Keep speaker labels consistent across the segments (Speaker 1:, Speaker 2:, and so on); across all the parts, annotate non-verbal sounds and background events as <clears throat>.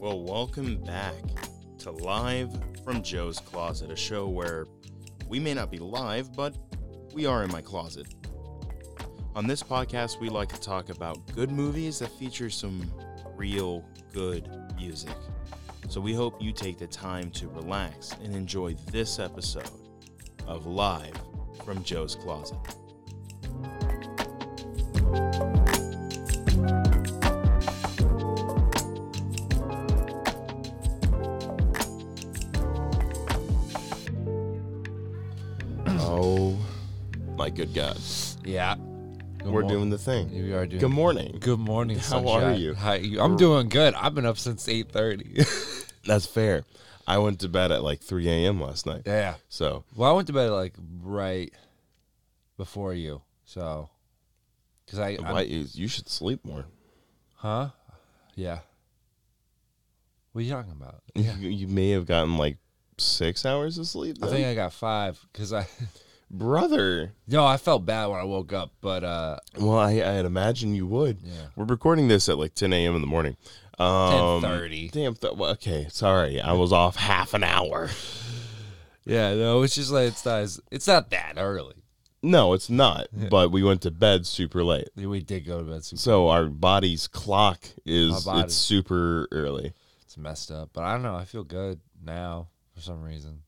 Speaker 1: Well, welcome back to Live from Joe's Closet, a show where we may not be live, but we are in my closet. On this podcast, we like to talk about good movies that feature some real good music. So we hope you take the time to relax and enjoy this episode of Live from Joe's Closet.
Speaker 2: Oh my good God.
Speaker 3: Yeah.
Speaker 2: We're doing the thing.
Speaker 3: We are doing
Speaker 2: Good morning.
Speaker 3: Good morning.
Speaker 2: How
Speaker 3: sunshine.
Speaker 2: are you?
Speaker 3: Hi, you- I'm doing good. I've been up since eight thirty. <laughs>
Speaker 2: That's fair. I went to bed at like 3 a.m. last night.
Speaker 3: yeah.
Speaker 2: So
Speaker 3: Well, I went to bed like right before you, so because I
Speaker 2: why
Speaker 3: I'm-
Speaker 2: you, you should sleep more.
Speaker 3: huh yeah. What are you talking <laughs> about?
Speaker 2: You, you may have gotten like six hours of sleep.
Speaker 3: I
Speaker 2: then.
Speaker 3: think I got five because I <laughs>
Speaker 2: Brother.
Speaker 3: no, I felt bad when I woke up, but uh,
Speaker 2: Well, I, I had imagined you would.
Speaker 3: Yeah.
Speaker 2: We're recording this at like 10 a.m. in the morning. Um,
Speaker 3: 10:30.
Speaker 2: Damn. Th- well, okay. Sorry. I was off half an hour.
Speaker 3: yeah, no, it's just like it's not as- it's not that early.
Speaker 2: No, it's
Speaker 3: <laughs>
Speaker 2: not. But we went to bed super late.
Speaker 3: We did go to bed. Super,
Speaker 2: So our body's clock is
Speaker 3: Our body.
Speaker 2: it's super early.
Speaker 3: it's messed up, but I don't know. I feel good now for some reason.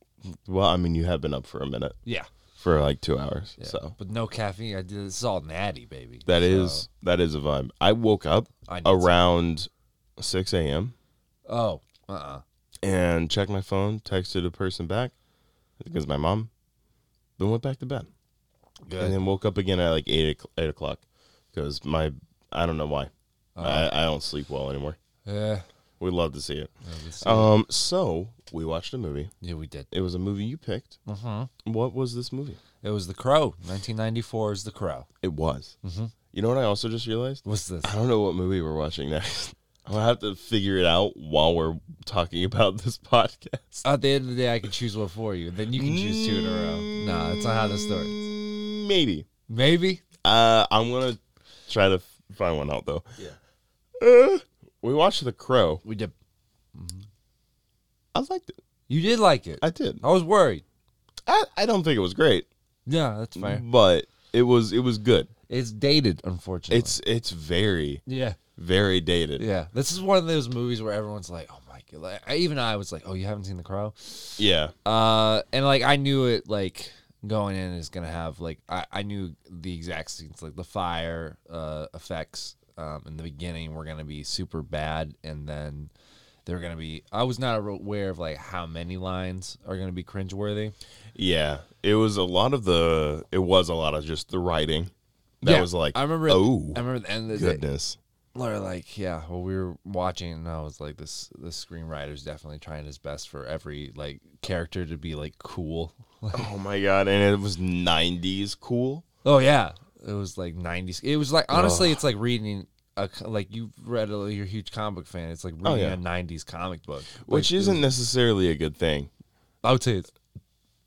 Speaker 2: Well, I mean, you have been up for a minute,
Speaker 3: Yeah.
Speaker 2: for like two hours.
Speaker 3: Yeah,
Speaker 2: So
Speaker 3: but no caffeine. I did this is all natty, baby.
Speaker 2: that is
Speaker 3: So,
Speaker 2: that is a vibe. I woke up
Speaker 3: I need
Speaker 2: around six a.m.
Speaker 3: Oh, uh, uh
Speaker 2: and checked my phone, texted a person back because my mom, then went back to bed and
Speaker 3: good.
Speaker 2: then woke up again at like eight o'clock, eight o'clock because my I don't know why
Speaker 3: Uh-huh.
Speaker 2: I, I don't sleep well anymore.
Speaker 3: Yeah,
Speaker 2: We love to see it.
Speaker 3: no, this-
Speaker 2: Um, so we watched a movie.
Speaker 3: yeah, we did.
Speaker 2: It was a movie you picked.
Speaker 3: Mhm.
Speaker 2: What was this movie?
Speaker 3: It was The Crow. 1994 is The Crow.
Speaker 2: It was.
Speaker 3: Mm-hmm.
Speaker 2: You know what I also just realized?
Speaker 3: What's this?
Speaker 2: I don't know what movie we're watching next. <laughs> I'm gonna have to figure it out while we're talking about this <laughs> podcast.
Speaker 3: At the end of the day, I can choose one for you. Then you can choose two in a row. Nah, that's not how this works.
Speaker 2: Mm, Maybe.
Speaker 3: Maybe.
Speaker 2: Uh, I'm gonna try to f- find one out though. Yeah. we watched The Crow.
Speaker 3: We did.
Speaker 2: I liked it.
Speaker 3: You did like it. I,
Speaker 2: I did.
Speaker 3: was worried.
Speaker 2: I, I don't think it was great,
Speaker 3: Yeah, that's fair.
Speaker 2: but it was it was good.
Speaker 3: It's dated, unfortunately.
Speaker 2: It's it's very
Speaker 3: yeah,
Speaker 2: very dated.
Speaker 3: yeah. This is one of those movies where everyone's like, "Oh my god!" Like, I, even I was like, "Oh, you haven't seen The Crow?"
Speaker 2: Yeah.
Speaker 3: Uh, and like I knew it like going in is gonna have like I, I knew the exact scenes like the fire uh effects um in the beginning were gonna be super bad and then they're gonna be I was not aware of like how many lines are gonna be cringeworthy.
Speaker 2: Yeah. It was a lot of the it was a lot of just the writing. That
Speaker 3: Yeah,
Speaker 2: was like
Speaker 3: I remember
Speaker 2: oh
Speaker 3: I remember the end of the day,
Speaker 2: goodness.
Speaker 3: Laura, like yeah well we were watching and I was like this this screenwriter's definitely trying his best for every like character to be like cool.
Speaker 2: Oh my god! And it was '90s cool.
Speaker 3: Oh yeah, it was like '90s. It was like honestly, it's like reading a co- like you read a, you're a huge comic book fan. It's like reading
Speaker 2: Oh, yeah.
Speaker 3: a '90s comic book,
Speaker 2: Which
Speaker 3: Like, it
Speaker 2: isn't
Speaker 3: was-
Speaker 2: necessarily a good thing.
Speaker 3: I would say it's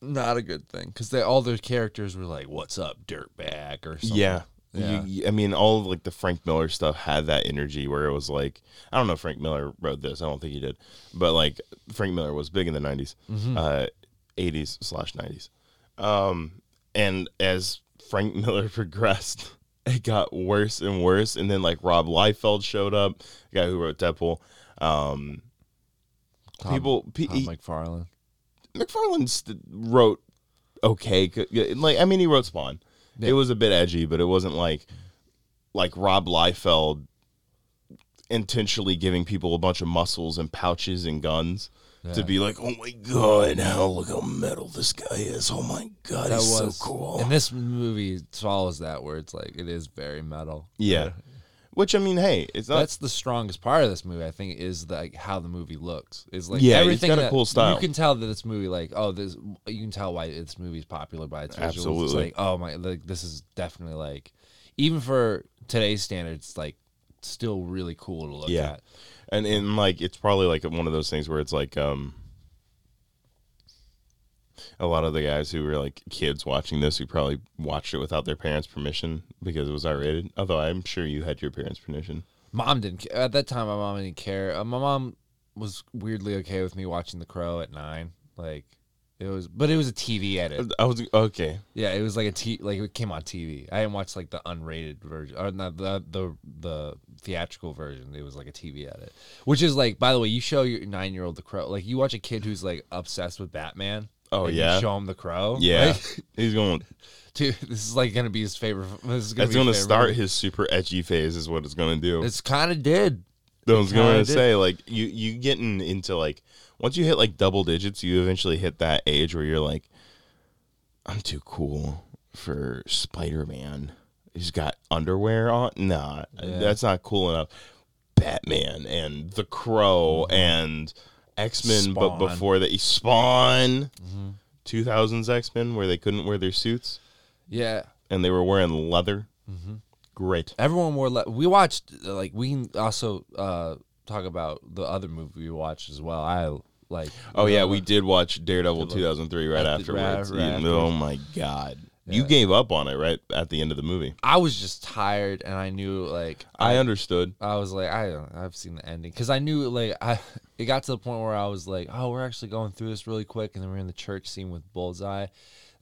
Speaker 3: not a good thing because they all their characters were like, "What's up, dirtbag?" or something.
Speaker 2: Yeah.
Speaker 3: Yeah.
Speaker 2: You, I mean, all of like the Frank Miller stuff had that energy where it was like, I don't know if Frank Miller wrote this. I don't think he did, but like Frank Miller was big in the '90s,
Speaker 3: Mm-hmm.
Speaker 2: uh, '80s slash '90s, um, and as Frank <laughs> Miller progressed, it got worse and worse. And then like Rob Liefeld showed up, the guy who wrote Deadpool. Um,
Speaker 3: Tom-
Speaker 2: people, pe-
Speaker 3: Tom McFarlane.
Speaker 2: McFarlane st- wrote okay. c- yeah, Like I mean, he wrote Spawn.
Speaker 3: Yeah.
Speaker 2: It was a bit edgy, but it wasn't like like Rob Liefeld intentionally giving people a bunch of muscles and pouches and guns to
Speaker 3: Yeah.
Speaker 2: be like, oh my god, how look how metal this guy is. Oh my god,
Speaker 3: That
Speaker 2: he's
Speaker 3: was
Speaker 2: so cool.
Speaker 3: And this movie swallows that where it's like it is very metal.
Speaker 2: yeah. Which I mean, hey, it's not.
Speaker 3: That's the strongest part of this movie, I think, is like how the movie looks. Is like
Speaker 2: Yeah, it's
Speaker 3: everything
Speaker 2: got a
Speaker 3: that-
Speaker 2: cool style.
Speaker 3: You can tell that this movie, like, oh, this you can tell why this movie is popular by its visuals. It's
Speaker 2: Absolutely.
Speaker 3: like, oh my, like this is definitely like, even for today's standards, like still really cool to look
Speaker 2: Yeah.
Speaker 3: at.
Speaker 2: and and like it's probably like one of those things where it's like um a lot of the guys who were like kids watching this who probably watched it without their parents' permission because it was R rated. Although I'm sure you had your parents' permission.
Speaker 3: Mom didn't ca- at that time. My mom didn't care. Uh, my mom was weirdly okay with me watching The Crow at nine. Like it was, but it was a TV edit.
Speaker 2: I was okay.
Speaker 3: Yeah, it was like a t like it came on TV. I didn't watch like the unrated version or not the the the theatrical version. It was like a TV edit, which is like by the way, you show your nine year old The Crow. Like you watch a kid who's like obsessed with Batman.
Speaker 2: Oh,
Speaker 3: and you
Speaker 2: yeah.
Speaker 3: show him The Crow.
Speaker 2: Yeah,
Speaker 3: like, <laughs>
Speaker 2: he's going.
Speaker 3: dude, this is like gonna be his favorite. This is
Speaker 2: That's
Speaker 3: gonna be his
Speaker 2: going to
Speaker 3: favorite
Speaker 2: start
Speaker 3: movie.
Speaker 2: his super edgy phase. Is what it's going to do.
Speaker 3: It's kind of did.
Speaker 2: I was going
Speaker 3: kinda
Speaker 2: to
Speaker 3: did.
Speaker 2: say like you you getting into like once you hit like double digits, you eventually hit that age where you're like, I'm too cool for Spider Man. He's got underwear on. Nah, that's not cool enough. Batman and The Crow and X Men, but
Speaker 3: Mm-hmm. Spawn. Mm-hmm.
Speaker 2: before that, Spawn, 2000s X Men, where they couldn't wear their suits
Speaker 3: Yeah,
Speaker 2: and they were wearing leather.
Speaker 3: Mm-hmm.
Speaker 2: Great.
Speaker 3: everyone wore le- we watched uh, like we can also uh talk about the other movie we watched as well i like
Speaker 2: Oh yeah, we did watch Daredevil 2003 right
Speaker 3: At the- right-
Speaker 2: afterwards.
Speaker 3: right
Speaker 2: You-
Speaker 3: afterwards.
Speaker 2: oh my god, you gave up on it right at the end of the movie.
Speaker 3: i was just tired and i knew like
Speaker 2: I understood.
Speaker 3: i was like i don't i've seen the ending because i knew like i <laughs> it got to the point where i was like oh we're actually going through this really quick and then we're in the church scene with bullseye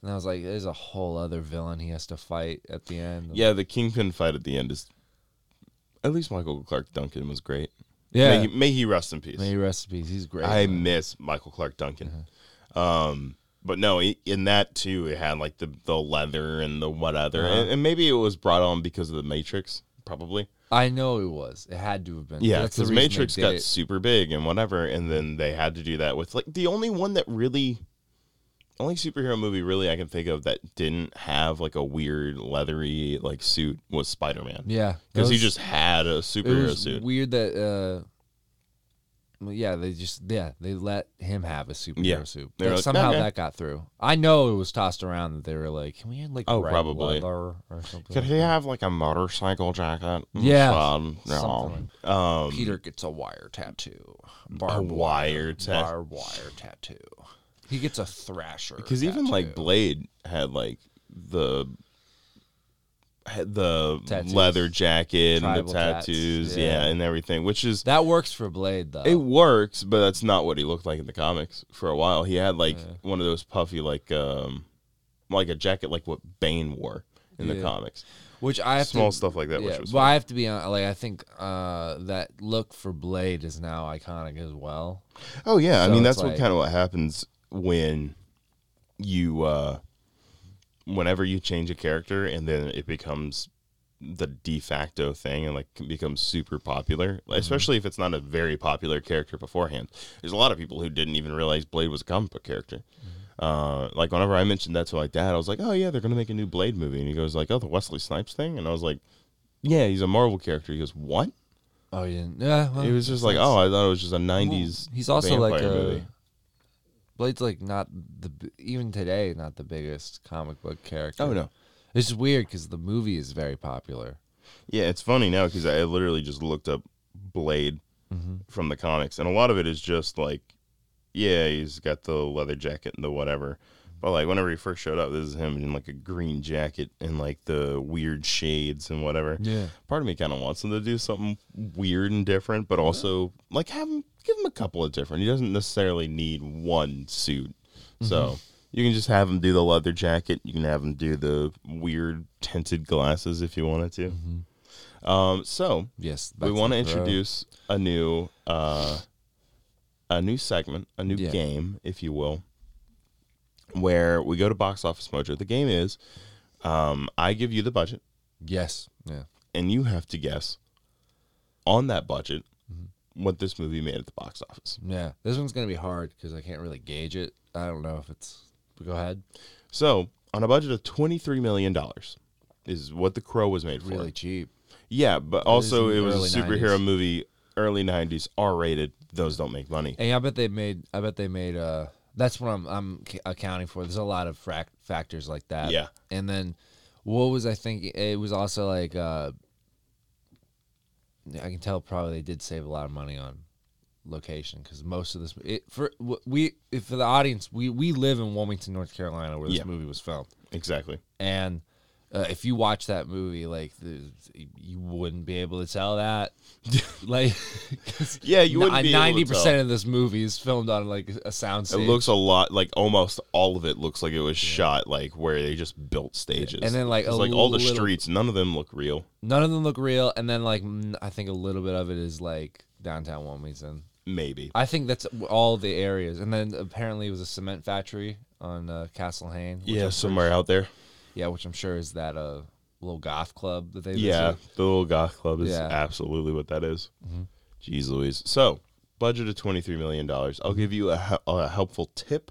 Speaker 3: and i was like there's a whole other villain he has to fight at the end
Speaker 2: Yeah, the Kingpin fight at the end is. At least Michael Clark Duncan was great.
Speaker 3: yeah
Speaker 2: May he, may he rest in peace.
Speaker 3: many recipes he's great
Speaker 2: I miss Michael Clark Duncan. Um, but no, i- in that too, it had like the the leather and the whatever, and, and maybe it was brought on because of the Matrix, probably.
Speaker 3: i know it was it had to have been
Speaker 2: Yeah,
Speaker 3: that's the
Speaker 2: because
Speaker 3: reason they
Speaker 2: Matrix
Speaker 3: did
Speaker 2: got
Speaker 3: it.
Speaker 2: super big and whatever, and then they had to do that with like the only one that really, only superhero movie really I can think of that didn't have like a weird leathery like suit was Spider Man
Speaker 3: yeah
Speaker 2: because he
Speaker 3: those-
Speaker 2: just had a
Speaker 3: it
Speaker 2: superhero
Speaker 3: was
Speaker 2: suit.
Speaker 3: weird that uh well, yeah they just yeah they let him have a superhero
Speaker 2: Yeah.
Speaker 3: suit
Speaker 2: They were
Speaker 3: But
Speaker 2: like,
Speaker 3: somehow
Speaker 2: "Okay."
Speaker 3: that got through i know it was tossed around that they were like can we have like
Speaker 2: Oh,
Speaker 3: red
Speaker 2: probably.
Speaker 3: leather or something
Speaker 2: Could
Speaker 3: like
Speaker 2: he
Speaker 3: that?"
Speaker 2: have like a motorcycle jacket?
Speaker 3: <laughs> Yeah.
Speaker 2: Um, no.
Speaker 3: Something
Speaker 2: um,
Speaker 3: peter gets a wire tattoo
Speaker 2: a
Speaker 3: barbed
Speaker 2: wire test.
Speaker 3: barbed wire tattoo he gets a thrasher
Speaker 2: Because even like
Speaker 3: tattoo.
Speaker 2: Blade had like the had the
Speaker 3: Tattoos.
Speaker 2: leather jacket and
Speaker 3: Tribal
Speaker 2: the
Speaker 3: tats,
Speaker 2: tattoos,
Speaker 3: yeah.
Speaker 2: yeah. and everything, which is
Speaker 3: that works for blade though
Speaker 2: it works, but that's not what he looked like in the comics for a while. He had like one of those puffy like um like a jacket like what Bane wore in the
Speaker 3: Yeah.
Speaker 2: comics,
Speaker 3: which i have
Speaker 2: small
Speaker 3: to,
Speaker 2: stuff like that,
Speaker 3: yeah,
Speaker 2: which was
Speaker 3: but i have to be on like i think uh that look for blade is now iconic as well
Speaker 2: Oh yeah,
Speaker 3: So
Speaker 2: I mean
Speaker 3: it's
Speaker 2: that's what
Speaker 3: like-
Speaker 2: kind of what happens when you uh whenever you change a character and then it becomes the de facto thing and like becomes super popular,
Speaker 3: Mm-hmm.
Speaker 2: especially if it's not a very popular character beforehand. There's a lot of people who didn't even realize Blade was a comic book character.
Speaker 3: Mm-hmm.
Speaker 2: Uh, like whenever I mentioned that to my dad, I was like, "Oh yeah, they're gonna make a new Blade movie," and he goes like, "Oh, the Wesley Snipes thing," and I was like, "Yeah, he's a Marvel character." He goes, "What?"
Speaker 3: oh you didn't yeah well,
Speaker 2: It was just like, "Oh, I thought it was just a '90s."
Speaker 3: Uh, He's also like a
Speaker 2: vampire movie.
Speaker 3: Blade's like not the b- even today not the biggest comic book character.
Speaker 2: Oh no.
Speaker 3: it's just weird because the movie is very popular.
Speaker 2: Yeah, it's funny now because I literally just looked up Blade from the comics, and a lot of it is just like, yeah, he's got the leather jacket and the whatever. But like, whenever he first showed up, this is him in like a green jacket and like the weird shades and whatever.
Speaker 3: Yeah,
Speaker 2: Part of me kind of wants him to do something weird and different, but also like have him give him a couple of different. He doesn't necessarily need one suit,
Speaker 3: Mm-hmm.
Speaker 2: so. You can just have him do the leather jacket. You can have him do the weird tinted glasses if you wanted to. Um, so
Speaker 3: yes.
Speaker 2: we
Speaker 3: Mm-hmm. that's
Speaker 2: want to
Speaker 3: the throw.
Speaker 2: introduce a new uh, a new segment, a new
Speaker 3: Yeah.
Speaker 2: game, if you will, where we go to Box Office Mojo. The game is um, I give you the budget,
Speaker 3: Yes, yeah.
Speaker 2: and you have to guess on that budget
Speaker 3: Mm-hmm.
Speaker 2: what this movie made at the box office.
Speaker 3: Yeah, this one's gonna be hard because I can't really gauge it. I don't know if it's. But go ahead.
Speaker 2: So on a budget of twenty three million dollars is what The Crow was made for.
Speaker 3: Really cheap.
Speaker 2: Yeah, but also
Speaker 3: in
Speaker 2: it
Speaker 3: the
Speaker 2: was a
Speaker 3: early
Speaker 2: superhero
Speaker 3: 90s.
Speaker 2: movie, early nineties, R rated. Those don't make money.
Speaker 3: Hey, I bet they made. I bet they made. Uh, that's what I'm. I'm c- accounting for. There's a lot of frac- factors like that.
Speaker 2: Yeah.
Speaker 3: And then, what was I thinking? It was also like. Uh, I can tell probably they did save a lot of money on location because most of this it, for w- we if for the audience we we live in Wilmington, North Carolina, where this
Speaker 2: Yeah.
Speaker 3: movie was filmed,
Speaker 2: Exactly.
Speaker 3: and uh, if you watch that movie, like the, you wouldn't be able to tell that, <laughs> like 'cause
Speaker 2: Yeah, you wouldn't
Speaker 3: n-
Speaker 2: be able to
Speaker 3: ninety percent
Speaker 2: tell.
Speaker 3: of this movie is filmed on like a sound
Speaker 2: It
Speaker 3: stage.
Speaker 2: looks a lot like almost all of it looks like it was shot like where they just built stages.
Speaker 3: And then, like, a
Speaker 2: 'Cause, like all the
Speaker 3: little-
Speaker 2: streets, none of them look real.
Speaker 3: None of them look real, and then like mm, I think a little bit of it is like downtown Wilmington.
Speaker 2: Maybe.
Speaker 3: I think that's all the areas, and then apparently it was a cement factory on uh, Castle Hayne. which
Speaker 2: yeah,
Speaker 3: I'm
Speaker 2: somewhere out there.
Speaker 3: Yeah, which I'm sure is that uh, little goth club that they
Speaker 2: Yeah,
Speaker 3: visit.
Speaker 2: the little goth club is
Speaker 3: Yeah.
Speaker 2: absolutely what that is. Jeez Louise. So, budget of twenty three million dollars. I'll give you a, he- a helpful tip.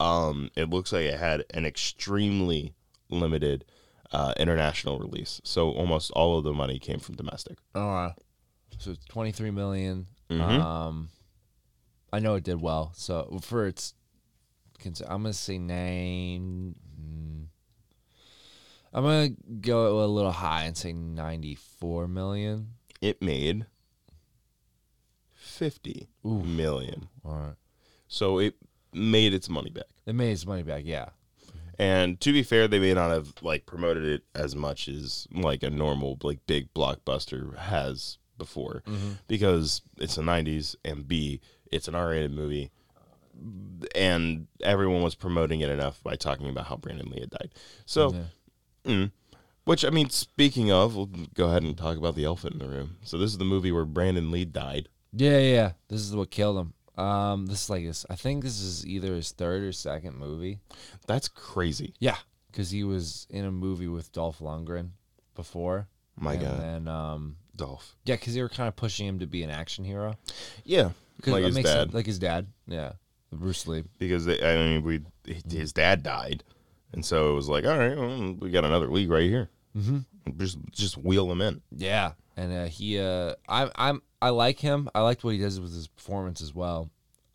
Speaker 2: Um, it looks like it had an extremely limited uh, international release, so almost all of the money came from domestic.
Speaker 3: Uh, so it's 23 million.
Speaker 2: Mm-hmm.
Speaker 3: Um, I know it did well. So for its, cons- I'm gonna say nine. mm, I'm gonna go a little high and say 94 million.
Speaker 2: It made fifty million.
Speaker 3: All right,
Speaker 2: so it made its money back.
Speaker 3: it made its money back. Yeah,
Speaker 2: And to be fair, they may not have like promoted it as much as like a normal like big blockbuster has before,
Speaker 3: Mm-hmm.
Speaker 2: because it's the '90s and B, it's an R-rated movie, and everyone was promoting it enough by talking about how Brandon Lee had died. So, mm. which I mean, speaking of, we'll go ahead and talk about the elephant in the room. So this is the movie where Brandon Lee died.
Speaker 3: yeah, yeah. yeah. This is what killed him. Um, this is like this. I think this is either his third or second movie.
Speaker 2: That's crazy.
Speaker 3: Yeah, because he was in a movie with Dolph Lundgren before.
Speaker 2: My
Speaker 3: and
Speaker 2: God.
Speaker 3: then um,
Speaker 2: Dolph.
Speaker 3: yeah, because they were kind of pushing him to be an action hero.
Speaker 2: Yeah,
Speaker 3: 'Cause
Speaker 2: like
Speaker 3: that
Speaker 2: his
Speaker 3: makes
Speaker 2: dad.
Speaker 3: sense, like his dad. Yeah, Bruce Lee.
Speaker 2: because they, I mean, we his dad died, and so it was like, all right, well, we got another league right here. Mm-hmm. Just just wheel him in.
Speaker 3: Yeah, and uh, he, uh, I'm, I'm, I like him. I liked what he does with his performance as well.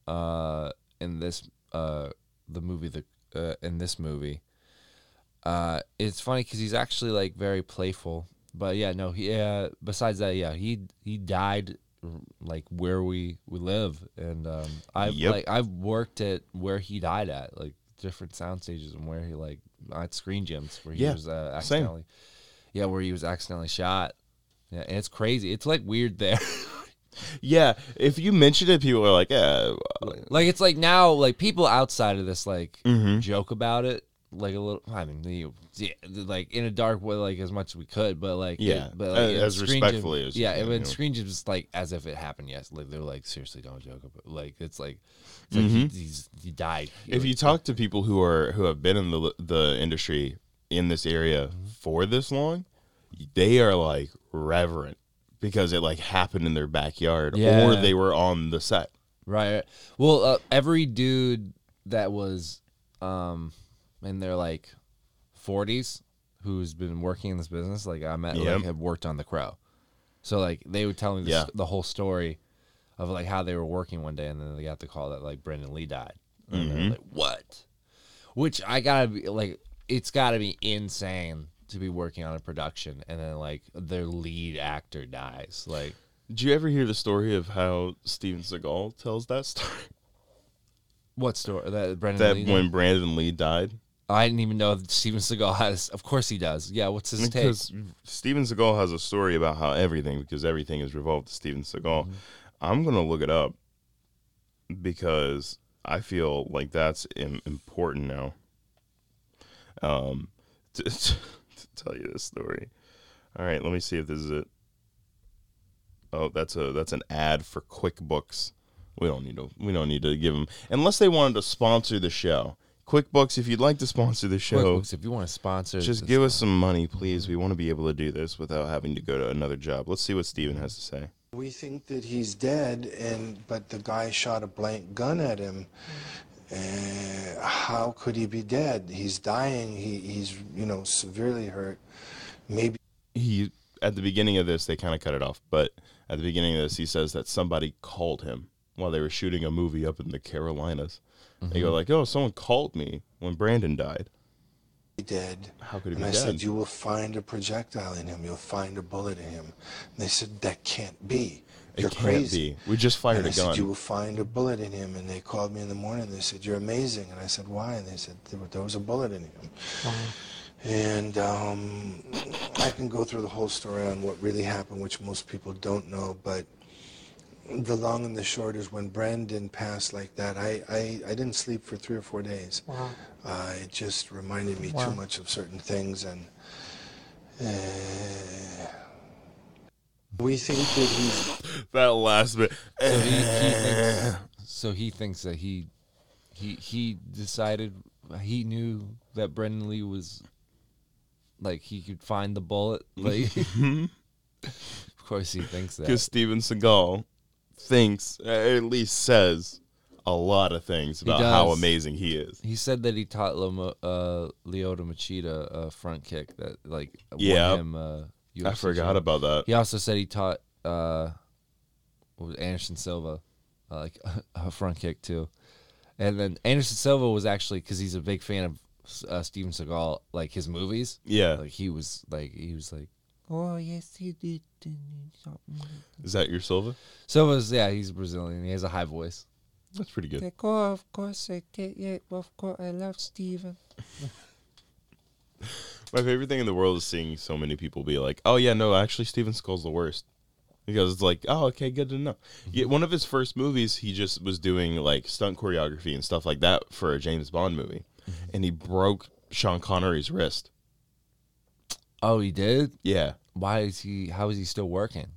Speaker 3: Uh, in this, uh, the movie, the uh, in this movie, uh, it's funny because he's actually like very playful. But yeah, no, he. Uh, besides that, yeah, he he died r- like where we we live, and um, I've
Speaker 2: Yep.
Speaker 3: like I've worked at where he died at, like different sound stages and where he like at screen gyms where he
Speaker 2: Yeah,
Speaker 3: was uh,
Speaker 2: same.
Speaker 3: accidentally. Yeah, where he was accidentally shot. Yeah, and it's crazy. It's like weird there. <laughs>
Speaker 2: Yeah, if you mention it, people are like, yeah, well,
Speaker 3: like it's like now, like people outside of this like
Speaker 2: Mm-hmm.
Speaker 3: joke about it, like a little. I mean, you, yeah, like in a dark way, like as much as we could, but like
Speaker 2: Yeah,
Speaker 3: it- but
Speaker 2: a-
Speaker 3: in
Speaker 2: as
Speaker 3: Screen Gems-
Speaker 2: respectfully as you
Speaker 3: yeah.
Speaker 2: can,
Speaker 3: and
Speaker 2: you
Speaker 3: when
Speaker 2: know.
Speaker 3: Screen Gems just like as if it happened yes, like they're like seriously don't joke about. Like it's like, it's like he, he's, he died.
Speaker 2: Mm-hmm. if you talk to people who are who have been in the the industry in this area
Speaker 3: Mm-hmm.
Speaker 2: for this long, they are like reverent because it like happened in their backyard or
Speaker 3: Yeah.
Speaker 2: they were on the set.
Speaker 3: Right. right. Well, uh, every dude that was um in their like 40s who's been working in this business, like I met,
Speaker 2: Yep.
Speaker 3: like have worked on The Crow. So like they would tell me this,
Speaker 2: Yeah.
Speaker 3: the whole story of like how they were working one day, and then they got the call that like Brendan Lee died. And
Speaker 2: Mm-hmm.
Speaker 3: they're like, what? Which I gotta be like, it's gotta be insane to be working on a production and then like their lead actor dies. Like,
Speaker 2: Did you ever hear the story of how Steven Seagal tells that story?
Speaker 3: what story? That Brendan
Speaker 2: That
Speaker 3: Lee died?
Speaker 2: when Brandon Lee died,
Speaker 3: I didn't even know if Steven Seagal has. Of course he does. Yeah, what's his take?
Speaker 2: because Steven Seagal has a story about how everything, because everything is revolved to Steven Seagal.
Speaker 3: Mm-hmm.
Speaker 2: I'm gonna look it up because I feel like that's Im- important now. Um, <laughs> to, to tell you this story. All right, let me see if this is it. Oh, that's a that's an ad for QuickBooks. We don't need to we don't need to give them unless they wanted to sponsor the show. QuickBooks, if you'd like to sponsor the show,
Speaker 3: QuickBooks, if you want to sponsor,
Speaker 2: just
Speaker 3: this-
Speaker 2: give us some money, please. We want to be able to do this without having to go to another job. Let's see what Steven has to say.
Speaker 4: We think that he's dead, and but the guy shot a blank gun at him. Uh, how could he be dead? He's dying. He, he's you know severely hurt. Maybe
Speaker 2: He at the beginning of this, they kind of cut it off, but at the beginning of this, he says that somebody called him while they were shooting a Mm-hmm. movie up in the Carolinas. They go like, "Oh, someone called me when Brandon died,"
Speaker 4: be dead.
Speaker 2: How could he
Speaker 4: And
Speaker 2: be
Speaker 4: I
Speaker 2: dead?
Speaker 4: said, You will find a projectile in him. You'll find a bullet in him. And they said, That can't be.
Speaker 2: it
Speaker 4: You're
Speaker 2: can't
Speaker 4: crazy.
Speaker 2: be. We just fired
Speaker 4: And I
Speaker 2: a gun.
Speaker 4: said, You will find a bullet in him. And they called me in the morning. They said, You're amazing. And I said, Why? And they said, There, there was a bullet in him. And um, I can go through the whole story on what really happened, which most people don't know. But the long and the short is when Brandon passed like that, I, I, I didn't sleep for three or four days.
Speaker 5: Wow.
Speaker 4: Uh, it just reminded me
Speaker 5: Wow.
Speaker 4: too much of certain things, and uh, we think that he's
Speaker 2: <laughs> that last bit.
Speaker 3: So
Speaker 2: <laughs>
Speaker 3: he, he thinks, so he thinks that he he he decided he knew that Brendan Lee was like he could find
Speaker 2: <laughs>
Speaker 3: the bullet. Like, of
Speaker 2: Mm-hmm.
Speaker 3: <laughs> course, he thinks that.
Speaker 2: Because Steven Seagal thinks, uh, at least says, a lot of things about how
Speaker 3: does.
Speaker 2: amazing he is.
Speaker 3: He said that he taught Lemo, uh, Leota Machida a front kick that like won
Speaker 2: Yeah.
Speaker 3: him. Uh,
Speaker 2: I
Speaker 3: UFC
Speaker 2: forgot
Speaker 3: champ.
Speaker 2: about that.
Speaker 3: He also said he taught uh, what was it, Anderson Silva uh, like <laughs> a front kick too, and then Anderson Silva was actually because he's a big fan of uh, Steven Seagal, like his movies.
Speaker 2: Yeah.
Speaker 3: Like he was like he was like, oh yes he did. something."
Speaker 2: Is that your Silva?
Speaker 3: Silva's yeah he's Brazilian. He has a high voice.
Speaker 2: That's pretty good.
Speaker 3: Like oh of course I did yeah of course I love Steven.
Speaker 2: My favorite thing in the world is seeing so many people be like, "Oh yeah, no, actually, Steven Seagal's the worst," because it's like, "Oh, okay, good to know." Yeah, one of his first movies, he just was doing like stunt choreography and stuff like that for a James Bond movie, and he broke Sean Connery's wrist.
Speaker 3: Oh he did.
Speaker 2: Yeah,
Speaker 3: why is he how is he still working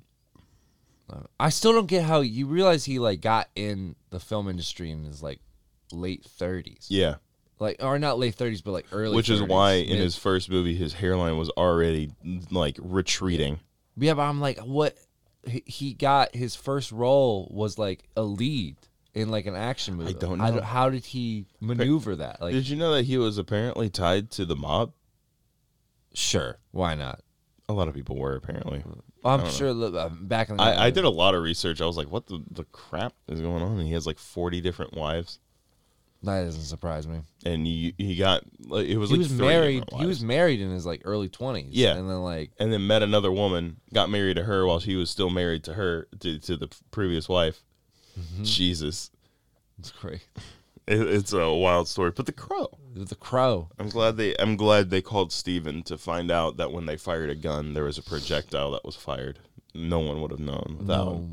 Speaker 3: Uh, i still don't get how you realize he like got in the film industry in his like late 30s
Speaker 2: yeah,
Speaker 3: like or not late 30s but like early
Speaker 2: which is
Speaker 3: 30s,
Speaker 2: why in
Speaker 3: mid-
Speaker 2: his first movie, his hairline was already like retreating.
Speaker 3: yeah but i'm like what he- he got his first role was like a lead in like an action movie
Speaker 2: don't know.
Speaker 3: how did he maneuver that like
Speaker 2: Did you know that he was apparently tied to the mob?
Speaker 3: sure why not
Speaker 2: A lot of people were apparently.
Speaker 3: i'm sure li- uh, back in the
Speaker 2: I, I did a lot of research. I was like, what the, the crap is going on? And he has like 40 different wives.
Speaker 3: that doesn't surprise me
Speaker 2: And he, he got, like, it was
Speaker 3: he
Speaker 2: like
Speaker 3: was
Speaker 2: three
Speaker 3: married
Speaker 2: different
Speaker 3: he was
Speaker 2: wives.
Speaker 3: married in his like early 20s
Speaker 2: Yeah.
Speaker 3: and then like
Speaker 2: And then met another woman, got married to her while she was still married to her, to, to the previous wife.
Speaker 3: Mm-hmm.
Speaker 2: Jesus.
Speaker 3: it's crazy
Speaker 2: It, it's a wild story. But the crow.
Speaker 3: the crow
Speaker 2: I'm glad they I'm glad they called Steven to find out that when they fired a gun there was a projectile that was fired. No one would have known without
Speaker 3: No,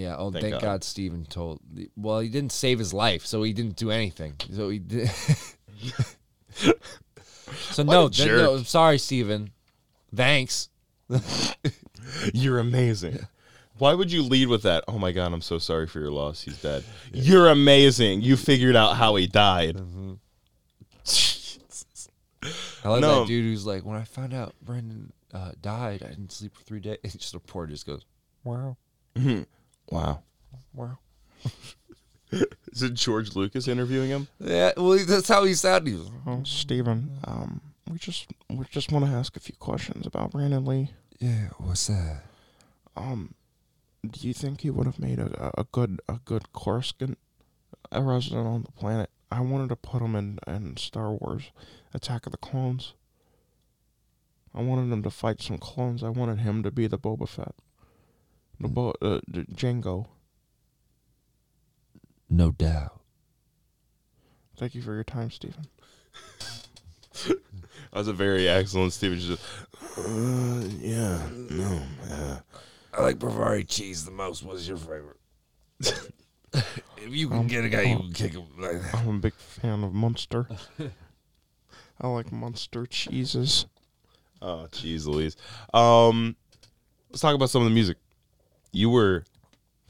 Speaker 3: yeah. Oh, thank,
Speaker 2: Thank
Speaker 3: God.
Speaker 2: God.
Speaker 3: Steven told. Well, he didn't save his life, so he didn't do anything. So he <laughs> did. so no,
Speaker 2: a
Speaker 3: then,
Speaker 2: jerk.
Speaker 3: no, I'm sorry, Steven. Thanks.
Speaker 2: You're amazing. Why would you lead with that? Oh my God, I'm so sorry for your loss. He's dead. You're amazing. You figured out how he died.
Speaker 6: Mm-hmm.
Speaker 3: I love
Speaker 2: No.
Speaker 3: that dude who's like, when I found out Brendan uh, died, I didn't sleep for three days. <laughs> It's just a reporter just goes,
Speaker 5: Wow.
Speaker 2: Wow.
Speaker 5: Wow.
Speaker 2: <laughs> Is it George Lucas interviewing him?
Speaker 3: yeah. Well, that's how he sounded. He was,
Speaker 6: Well, Uh-huh. Steven, um, we just we just want to ask a few questions about Brandon Lee.
Speaker 3: yeah. What's that?
Speaker 6: Um, do you think he would have made a, a a good a good Coruscant, a resident on the planet? I wanted to put him in in Star Wars, Attack of the Clones. I wanted him to fight some clones. I wanted him to be the Boba Fett, the Bo- uh, J- Jango.
Speaker 3: No doubt.
Speaker 6: Thank you for your time, Steven.
Speaker 2: That was a very excellent Steven. Just, uh, yeah, no. Uh,
Speaker 3: I like Bavaria cheese the most. What's your favorite?
Speaker 2: <laughs>
Speaker 3: if you can get a guy, you can kick him like that.
Speaker 6: I'm a big fan of Munster. I like Munster cheeses.
Speaker 2: oh, jeez Louise. Um, let's talk about some of the music. You were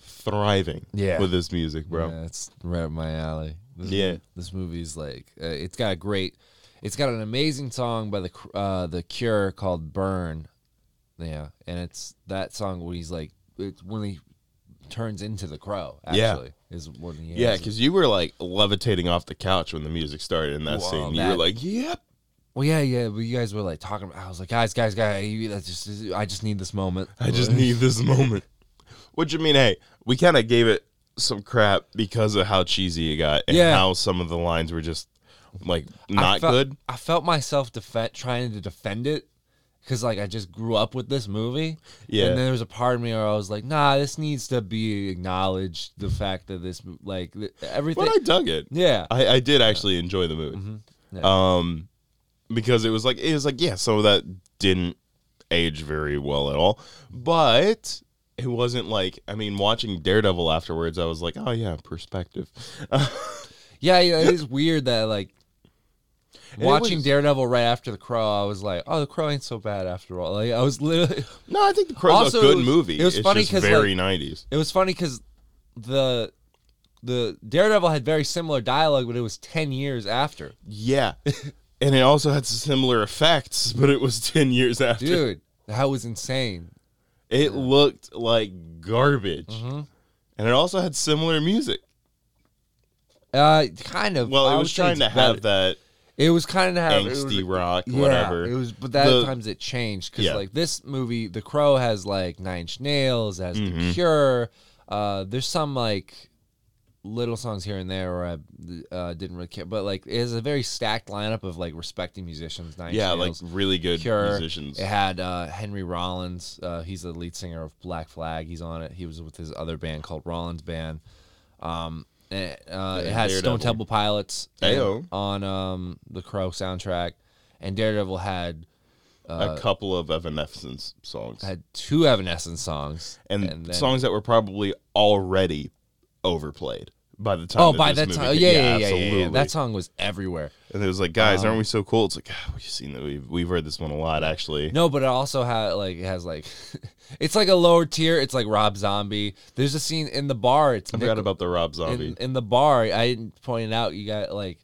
Speaker 2: thriving
Speaker 3: Yeah.
Speaker 2: with this music, bro.
Speaker 3: Yeah, it's right up my alley. This
Speaker 2: Yeah.
Speaker 3: mo- this movie's like uh, it's got a great, it's got an amazing song by the Cr- uh, the Cure called "Burn," yeah, and it's that song when he's like it's when he turns into the crow.
Speaker 2: Yeah.
Speaker 3: Actually, is when he
Speaker 2: Yeah,
Speaker 3: has it.
Speaker 2: because you were like levitating off the couch when the music started in that
Speaker 3: Whoa,
Speaker 2: scene. You
Speaker 3: that-
Speaker 2: were like, "Yep,
Speaker 3: well, yeah, yeah, but you guys were like talking. About, I was like, guys, guys, guys, you- that's just I just need this moment.
Speaker 2: I just need this moment." Which I mean, hey, we kind of gave it some crap because of how cheesy it got and
Speaker 3: Yeah.
Speaker 2: how some of the lines were just Like not
Speaker 3: I felt,
Speaker 2: good.
Speaker 3: I felt myself defend, trying to defend it because like I just grew up with this movie.
Speaker 2: Yeah.
Speaker 3: And then there was a part of me where I was like, nah, this needs to be acknowledged. The fact that this like th- everything.
Speaker 2: But I dug it.
Speaker 3: yeah. Mm-hmm.
Speaker 2: I, I did actually enjoy the movie. Um because it was like it was like, yeah, so that didn't age very well at all. But it wasn't like I mean, watching Daredevil afterwards, I was like, Oh yeah, perspective.
Speaker 3: yeah. Yeah. It is weird that like. Watching
Speaker 2: was-
Speaker 3: Daredevil right after The Crow, I was like, "Oh, The Crow ain't so bad after all." Like, I was literally, <laughs>
Speaker 2: No, I think the Crow's
Speaker 3: Also,
Speaker 2: a
Speaker 3: it
Speaker 2: good
Speaker 3: was-
Speaker 2: movie.
Speaker 3: it was
Speaker 2: it's
Speaker 3: funny
Speaker 2: just
Speaker 3: 'cause,
Speaker 2: very
Speaker 3: like-
Speaker 2: nineties.
Speaker 3: it was funny because the the Daredevil had very similar dialogue, but it was ten years after.
Speaker 2: Yeah. <laughs> and it also had similar effects, <laughs> but it was ten years after.
Speaker 3: Dude, that was insane.
Speaker 2: It looked like garbage.
Speaker 3: Mm-hmm.
Speaker 2: And it also had similar music.
Speaker 3: Uh, kind of.
Speaker 2: Well,
Speaker 3: I
Speaker 2: it
Speaker 3: would
Speaker 2: was
Speaker 3: say
Speaker 2: trying to
Speaker 3: it's
Speaker 2: have
Speaker 3: better.
Speaker 2: that
Speaker 3: It was kind of have it was-
Speaker 2: angsty rock,
Speaker 3: yeah,
Speaker 2: whatever.
Speaker 3: It was, but that at
Speaker 2: The-
Speaker 3: times it changed because
Speaker 2: Yeah.
Speaker 3: like this movie, The Crow has like Nine Inch Nails, it has
Speaker 2: Mm-hmm.
Speaker 3: The Cure. Uh, there's some like little songs here and there where I uh, didn't really care, but like it has a very stacked lineup of like respected musicians. Nine Inch
Speaker 2: yeah, like
Speaker 3: Nails,
Speaker 2: really good
Speaker 3: Cure.
Speaker 2: musicians.
Speaker 3: It had uh, Henry Rollins. Uh, he's the lead singer of Black Flag. He's on it. He was with his other band called Rollins Band. Um, and, uh, it had
Speaker 2: Daredevil.
Speaker 3: Stone Temple Pilots
Speaker 2: Ayo.
Speaker 3: on um, the Crow soundtrack, and Daredevil had uh,
Speaker 2: a couple of Evanescence songs
Speaker 3: had two Evanescence songs
Speaker 2: and,
Speaker 3: then-
Speaker 2: songs that were probably already overplayed by the time.
Speaker 3: Oh,
Speaker 2: that
Speaker 3: by
Speaker 2: this
Speaker 3: that
Speaker 2: movie
Speaker 3: time,
Speaker 2: came-
Speaker 3: yeah, yeah, yeah, yeah, yeah, Uh,
Speaker 2: absolutely.
Speaker 3: That song was everywhere.
Speaker 2: and it was like, guys, aren't we so cool? It's like ah, we've seen that we've we've heard this one a lot actually.
Speaker 3: No, but it also had like it has like, <laughs> it's like a lower tier. It's like Rob Zombie. There's a scene in the bar. It's
Speaker 2: I
Speaker 3: Nick-
Speaker 2: forgot about the Rob Zombie.
Speaker 3: in, in the bar. I didn't point it out. You got like,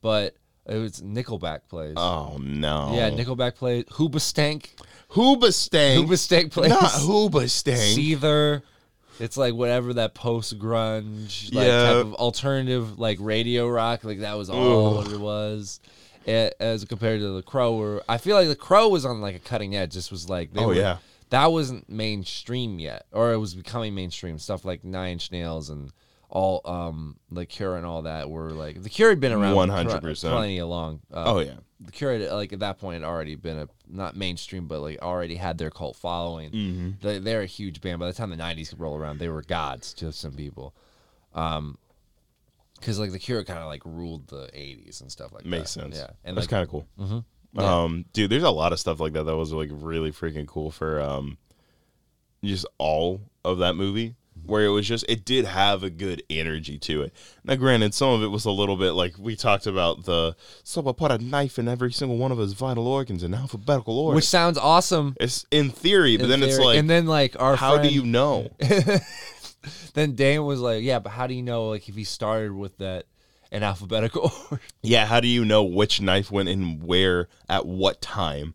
Speaker 3: but it was Nickelback plays.
Speaker 2: oh no,
Speaker 3: yeah, Nickelback plays. Hoobastank.
Speaker 2: Hooba Stank,
Speaker 3: Hoobastank plays.
Speaker 2: not Hooba Stank.
Speaker 3: Seether. It's like whatever that post grunge like
Speaker 2: Yeah.
Speaker 3: type of alternative like radio rock like that was all it was. A- As compared to the Crow, where I feel like the Crow was on like a cutting edge. This was like they
Speaker 2: Oh,
Speaker 3: were-
Speaker 2: yeah.
Speaker 3: that wasn't mainstream yet, or it was becoming mainstream. Stuff like Nine Inch Nails and all um the Cure and all that were like the Cure had been around
Speaker 2: 100%.
Speaker 3: plenty along. Uh,
Speaker 2: Oh yeah,
Speaker 3: the Cure, had, like at that point, had already been a not mainstream, but like already had their cult following.
Speaker 2: Mm-hmm.
Speaker 3: They, they're a huge band. By the time the '90s could roll around, they were gods to some people. Um, because like the Cure kind of like ruled the '80s and stuff like
Speaker 2: makes
Speaker 3: that.
Speaker 2: sense.
Speaker 3: Yeah,
Speaker 2: and
Speaker 3: and
Speaker 2: that's
Speaker 3: like Mm-hmm.
Speaker 2: kind of cool.
Speaker 3: Yeah.
Speaker 2: Um, dude, there's a lot of stuff like that that was like really freaking cool for um, just all of that movie.
Speaker 3: Mm-hmm.
Speaker 2: Where it was just, it did have a good energy to it. Now, granted, some of it was a little bit like we talked about the so I put a knife in every single one of his vital organs in alphabetical order.
Speaker 3: which sounds awesome.
Speaker 2: it's in theory, but
Speaker 3: in
Speaker 2: then it's
Speaker 3: theory.
Speaker 2: like,
Speaker 3: and then like our
Speaker 2: how do
Speaker 3: friend-
Speaker 2: you know?
Speaker 3: Then Dan was like, yeah, but how do you know like if he started with that in alphabetical <laughs> order?
Speaker 2: yeah, how do you know which knife went in where at what time?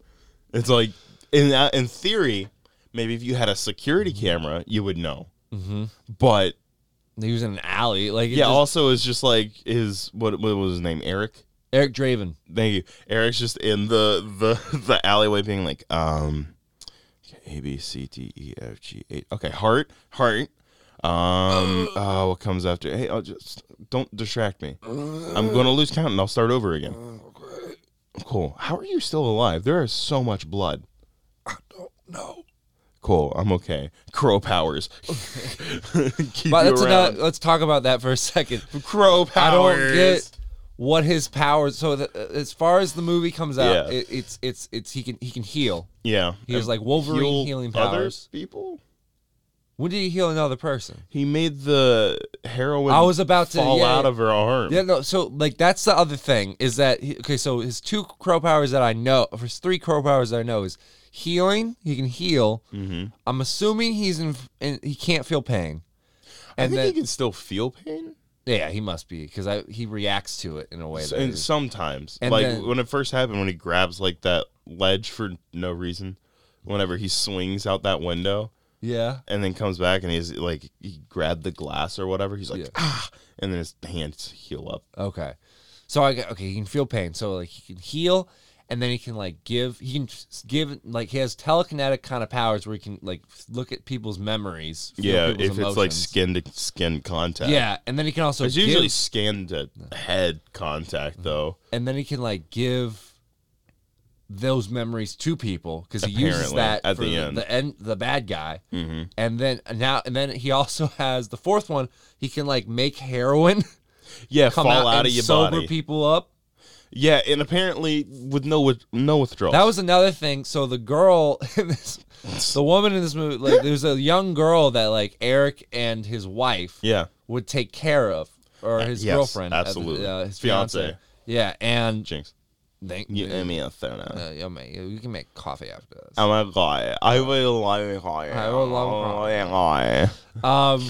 Speaker 2: It's like in that, in theory, maybe if you had a security camera, you would know. Mm-hmm. But
Speaker 3: He was in an alley. Like it
Speaker 2: yeah,
Speaker 3: just-
Speaker 2: also it's just like his what what was his name Eric.
Speaker 3: Eric Draven.
Speaker 2: Thank you. Eric's just in the the <laughs> the alleyway, being like, um, A B C D E F G H. Okay, heart, heart. <gasps> Um, uh, what comes after? Hey, I'll just don't distract me. I'm gonna lose count and I'll start over again. Cool. How are you still alive? There is so much blood. I don't know. Cool. I'm okay. Crow powers. <laughs> Keep
Speaker 3: But
Speaker 2: you
Speaker 3: that's
Speaker 2: around.
Speaker 3: another, let's talk about that for a second.
Speaker 2: Crow powers.
Speaker 3: I don't get what his powers. So that, as far as the movie comes out,
Speaker 2: Yeah.
Speaker 3: it, it's it's it's he can he can heal.
Speaker 2: Yeah.
Speaker 3: He was like Wolverine
Speaker 2: Heal
Speaker 3: healing
Speaker 2: other
Speaker 3: powers.
Speaker 2: people.
Speaker 3: When did he heal another person?
Speaker 2: He made the heroin.
Speaker 3: I was about to-
Speaker 2: fall
Speaker 3: yeah,
Speaker 2: out
Speaker 3: yeah.
Speaker 2: of her arm.
Speaker 3: Yeah, no. So like that's the other thing is that he, okay. So his two crow powers that I know, for his three crow powers that I know is healing. He can heal.
Speaker 2: Mm-hmm.
Speaker 3: I'm assuming he's in, in. He can't feel pain.
Speaker 2: I
Speaker 3: And
Speaker 2: think
Speaker 3: then
Speaker 2: he can still feel pain.
Speaker 3: yeah, he must be because I he reacts to it in a way that
Speaker 2: And
Speaker 3: is-
Speaker 2: sometimes,
Speaker 3: And
Speaker 2: like
Speaker 3: then-
Speaker 2: when it first happened, when he grabs like that ledge for no reason, whenever he swings out that window
Speaker 3: yeah.
Speaker 2: and then comes back and he's like he grabbed the glass or whatever, he's like
Speaker 3: Yeah.
Speaker 2: ah, and then his hands heal up.
Speaker 3: Okay. So I got okay, he can feel pain. So like he can heal and then he can like give he can s- give like he has telekinetic kind of powers where he can like look at people's memories. feel
Speaker 2: yeah, if it's
Speaker 3: people's
Speaker 2: like
Speaker 3: emotions.
Speaker 2: skin to skin contact.
Speaker 3: yeah, and then he can also
Speaker 2: It's usually
Speaker 3: give-
Speaker 2: skin
Speaker 3: Mm-hmm.
Speaker 2: to head contact though.
Speaker 3: and then he can like give those memories to people because he uses
Speaker 2: Apparently,
Speaker 3: that
Speaker 2: at
Speaker 3: for
Speaker 2: the end. Mm-hmm.
Speaker 3: the end the bad guy and then and now and then he also <laughs> has the fourth one he can like
Speaker 2: <laughs>
Speaker 3: make heroin
Speaker 2: Yeah,
Speaker 3: come
Speaker 2: fall
Speaker 3: out,
Speaker 2: out,
Speaker 3: and
Speaker 2: of your
Speaker 3: sober
Speaker 2: body.
Speaker 3: people up
Speaker 2: yeah, and apparently with no with, no withdrawals.
Speaker 3: that was another thing so the girl <laughs> in this the woman in this movie
Speaker 2: <laughs>
Speaker 3: like there's a young girl that like eric and his wife
Speaker 2: yeah. Uh,
Speaker 3: would take care of or his
Speaker 2: yes,
Speaker 3: girlfriend at the-
Speaker 2: absolutely.
Speaker 3: uh, his
Speaker 2: Fiancé.
Speaker 3: fiance. yeah and
Speaker 2: Jinx.
Speaker 3: thank
Speaker 2: You owe me a donut.
Speaker 3: uh, yeah, mate, you can make coffee after this
Speaker 2: Oh my god. I will love high.
Speaker 3: I will
Speaker 2: Oh,
Speaker 3: love
Speaker 2: high. <laughs>
Speaker 3: Um,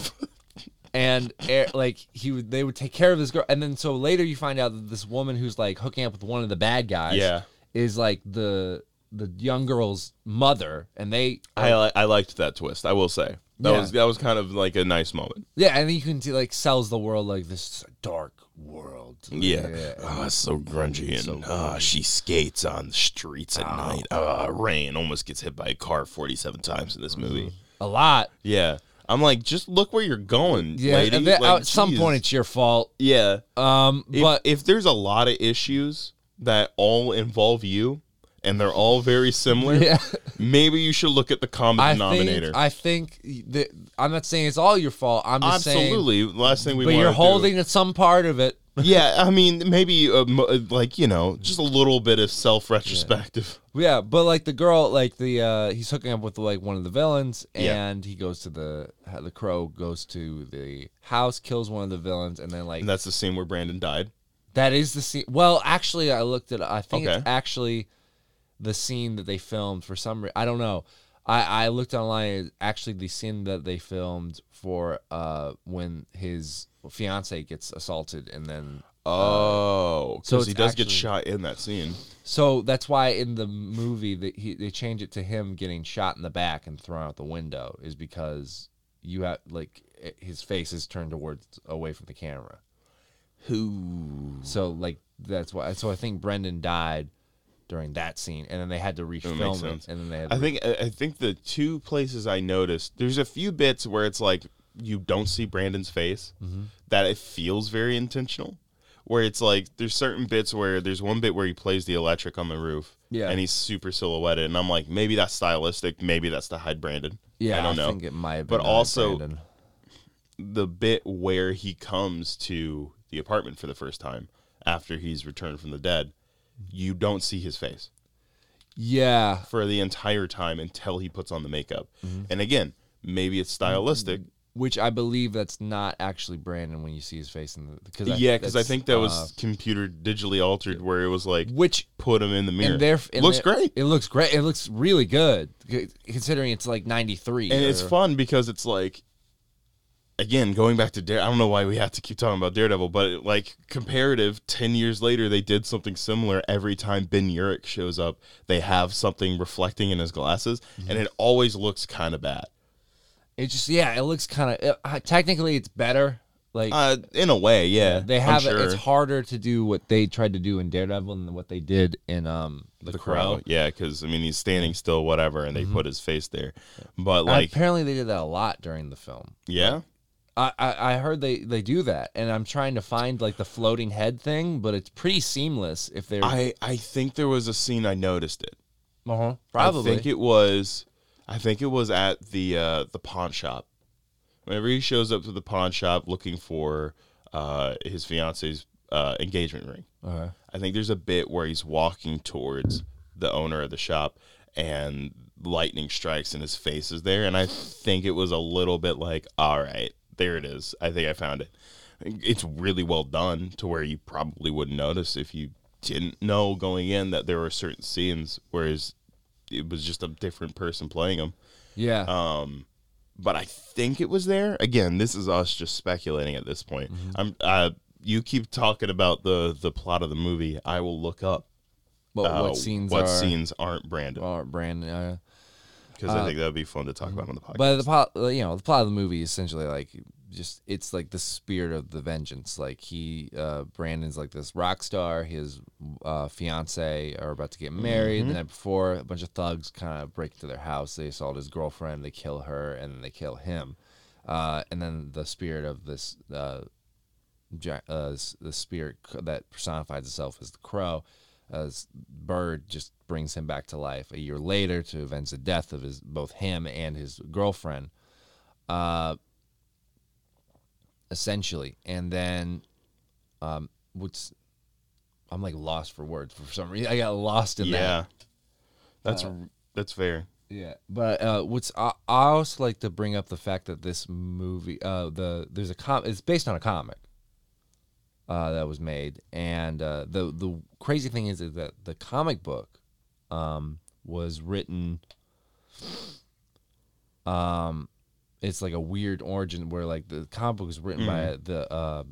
Speaker 3: and er, like he would, they would take care of this girl, and then so later you find out that this woman who's like hooking up with one of the bad guys,
Speaker 2: Yeah.
Speaker 3: is like the the young girl's mother, and they,
Speaker 2: I li- I liked that twist. I will say that
Speaker 3: Yeah.
Speaker 2: was that was kind of like a nice moment.
Speaker 3: yeah, and then you can see like sells the world like this dark world,
Speaker 2: Yeah. Oh, it's so grungy and ah, she skates on the streets at night. Ah, rain almost gets hit by a car forty-seven times in this
Speaker 3: Mm-hmm.
Speaker 2: movie.
Speaker 3: a lot,
Speaker 2: Yeah, I'm like, just look where you're going,
Speaker 3: yeah.
Speaker 2: lady.
Speaker 3: and then
Speaker 2: Like,
Speaker 3: at some
Speaker 2: jeez.
Speaker 3: point, it's your fault,
Speaker 2: yeah.
Speaker 3: um,
Speaker 2: If,
Speaker 3: but
Speaker 2: if there's a lot of issues that all involve you, and they're all very similar,
Speaker 3: <laughs> <laughs> Yeah.
Speaker 2: maybe you should look at the common
Speaker 3: I
Speaker 2: denominator.
Speaker 3: think I think that I'm not saying it's all your fault. I'm just saying,
Speaker 2: Absolutely. Last thing we
Speaker 3: but
Speaker 2: wanna
Speaker 3: you're
Speaker 2: do-
Speaker 3: holding at some part of it.
Speaker 2: <laughs> yeah, I mean, maybe uh, mo- uh, like you know, just a little bit of self-retrospective.
Speaker 3: Yeah, but like the girl, like the uh he's hooking up with like one of the villains, and he goes to the the crow goes to the house, kills one of the villains, and then like
Speaker 2: And that's the scene where Brandon died.
Speaker 3: that is the scene. Well, actually, I looked at. I think
Speaker 2: Okay.
Speaker 3: it's actually the scene that they filmed for some. Re- I don't know. I I looked online. It's actually the scene that they filmed for uh when his fiance gets assaulted, and then
Speaker 2: Oh,
Speaker 3: so
Speaker 2: because he
Speaker 3: it's
Speaker 2: does get
Speaker 3: actually-
Speaker 2: shot in that scene.
Speaker 3: So that's why in the movie that he they change it to him getting shot in the back and thrown out the window is because you have like i- his face is turned towards away from the camera.
Speaker 2: Who?
Speaker 3: So like that's why. So I think Brendan died during that scene, and then they had to
Speaker 2: makes
Speaker 3: refilm it,
Speaker 2: sense.
Speaker 3: and then they had to
Speaker 2: I think I I think the two places I noticed there's a few bits where it's like you don't see Brandon's face
Speaker 3: Mm-hmm.
Speaker 2: that it feels very intentional. Where it's like there's certain bits where there's one bit where he plays the electric on the roof,
Speaker 3: Yeah.
Speaker 2: and he's super silhouetted, and I'm like maybe that's stylistic, maybe that's to hide Brandon.
Speaker 3: yeah,
Speaker 2: I don't know.
Speaker 3: think it might, have
Speaker 2: But
Speaker 3: been
Speaker 2: also-
Speaker 3: Brandon.
Speaker 2: the bit where he comes to the apartment for the first time after he's returned from the dead, you don't see his face
Speaker 3: yeah,
Speaker 2: for the entire time until he puts on the makeup.
Speaker 3: Mm-hmm.
Speaker 2: And again, maybe it's stylistic.
Speaker 3: which I believe that's not actually Brandon when you see his face in the because
Speaker 2: Yeah, 'cause yeah, because I
Speaker 3: that's,
Speaker 2: think that was
Speaker 3: uh,
Speaker 2: computer digitally altered, where it was like
Speaker 3: which
Speaker 2: put him in the mirror.
Speaker 3: And there and
Speaker 2: Looks
Speaker 3: there-
Speaker 2: great,
Speaker 3: It looks great. It looks really good c- considering it's like 93.
Speaker 2: and it's
Speaker 3: or-
Speaker 2: fun because it's like. Again, going back to Dare, I don't know why we have to keep talking about Daredevil, but like comparative, ten years later, they did something similar. Every time Ben Urich shows up, they have something reflecting in his glasses,
Speaker 3: Mm-hmm.
Speaker 2: and it always looks kind of bad.
Speaker 3: It just yeah, it looks kind of uh technically it's better. Like
Speaker 2: Uh, in a way, yeah.
Speaker 3: they
Speaker 2: I'm
Speaker 3: have it-
Speaker 2: sure.
Speaker 3: it's harder to do what they tried to do in Daredevil than what they did in um The,
Speaker 2: the
Speaker 3: Crow.
Speaker 2: crow. Yeah, because I mean he's standing still, whatever, and they put his face there. But like,
Speaker 3: apparently they did that a lot during the film.
Speaker 2: yeah,
Speaker 3: I, I, I heard they, they do that, and I'm trying to find like the floating head thing, but it's pretty seamless if they're
Speaker 2: I I think there was a scene I noticed it.
Speaker 3: Uh-huh.
Speaker 2: I
Speaker 3: probably
Speaker 2: think it was, I think it was at the uh, the pawn shop. Whenever he shows up to the pawn shop looking for uh, his fiance's uh, engagement ring,
Speaker 3: Uh-huh.
Speaker 2: I think there's a bit where he's walking towards the owner of the shop and lightning strikes and his face is there. And I think it was a little bit like, all right, there it is. I think I found it. It's really well done to where you probably wouldn't notice if you didn't know going in that there were certain scenes, whereas it was just a different person playing them.
Speaker 3: yeah.
Speaker 2: Uh, But I think it was there. Again, this is us just speculating at this point.
Speaker 3: Mm-hmm.
Speaker 2: I'm. Uh, you keep talking about the the plot of the movie. I will look up
Speaker 3: but
Speaker 2: uh,
Speaker 3: what scenes
Speaker 2: what
Speaker 3: are
Speaker 2: scenes aren't Brandon
Speaker 3: are Brandon? Uh,
Speaker 2: because I think that would be fun to talk about on the podcast.
Speaker 3: But the plot, you know, the plot of the movie is essentially like just it's like the spirit of the vengeance. Like he, uh, Brandon's like this rock star. His uh, fiance are about to get married. The night before, a bunch of thugs kind of break into their house. They assault his girlfriend. They kill her, and then they kill him. Uh, and then the spirit of this uh, ja- uh, s- the spirit c- that personifies itself as the crow, uh, s- bird just brings him back to life a year later to avenge the death of his both him and his girlfriend, uh, essentially. And then, um, what's I'm like lost for words for some reason. I got lost in that. uh,
Speaker 2: yeah, that's r that's fair.
Speaker 3: Yeah, but uh, what's I, I also like to bring up the fact that this movie, uh, the there's a com, it's based on a comic, uh, that was made, and uh, the the crazy thing is, is that the comic book, um, was written, um, it's like a weird origin where like the comic book was written by the uh,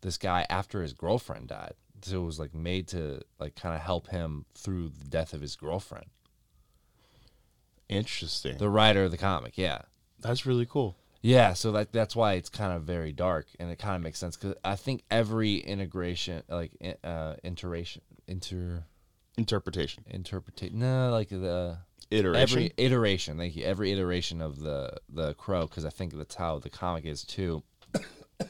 Speaker 3: this guy after his girlfriend died, so it was like made to like kind of help him through the death of his girlfriend.
Speaker 2: Interesting.
Speaker 3: The writer of the comic, yeah.
Speaker 2: That's really cool.
Speaker 3: Yeah, so that that's why it's kind of very dark, and it kind of makes sense because I think every integration, like in- uh, iteration, inter
Speaker 2: Interpretation,
Speaker 3: interpretation, no, like the
Speaker 2: iteration.
Speaker 3: every iteration, thank you, every iteration of the the crow, because I think that's how the comic is too. <coughs>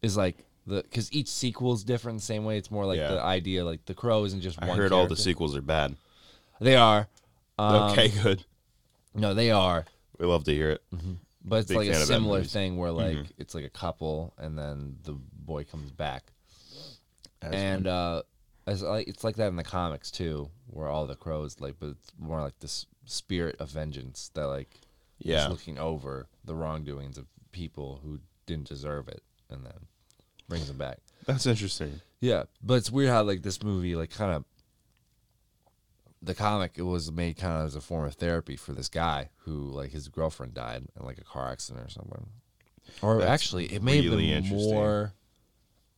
Speaker 3: is like the because each sequel is different, the same way. It's more like
Speaker 2: Yeah.
Speaker 3: the idea, like the crow isn't just
Speaker 2: I
Speaker 3: one.
Speaker 2: heard all the
Speaker 3: character.
Speaker 2: sequels are bad.
Speaker 3: They are. Um,
Speaker 2: okay, <laughs> good.
Speaker 3: No, they are.
Speaker 2: We love to hear it.
Speaker 3: mm-hmm. But it's
Speaker 2: Big
Speaker 3: like a
Speaker 2: fan of that
Speaker 3: similar
Speaker 2: movies. Mm-hmm.
Speaker 3: thing where like it's like a couple and then the boy comes back. and uh as like it's like that in the comics too, where all the crows like but it's more like this spirit of vengeance that like
Speaker 2: Yeah.
Speaker 3: is looking over the wrongdoings of people who didn't deserve it and then brings them back.
Speaker 2: That's interesting.
Speaker 3: Yeah, but it's weird how like this movie like kind of the comic it was made kind of as a form of therapy for this guy who like his girlfriend died in like a car accident or something. Or
Speaker 2: That's
Speaker 3: actually, it may have
Speaker 2: really
Speaker 3: been
Speaker 2: interesting.
Speaker 3: more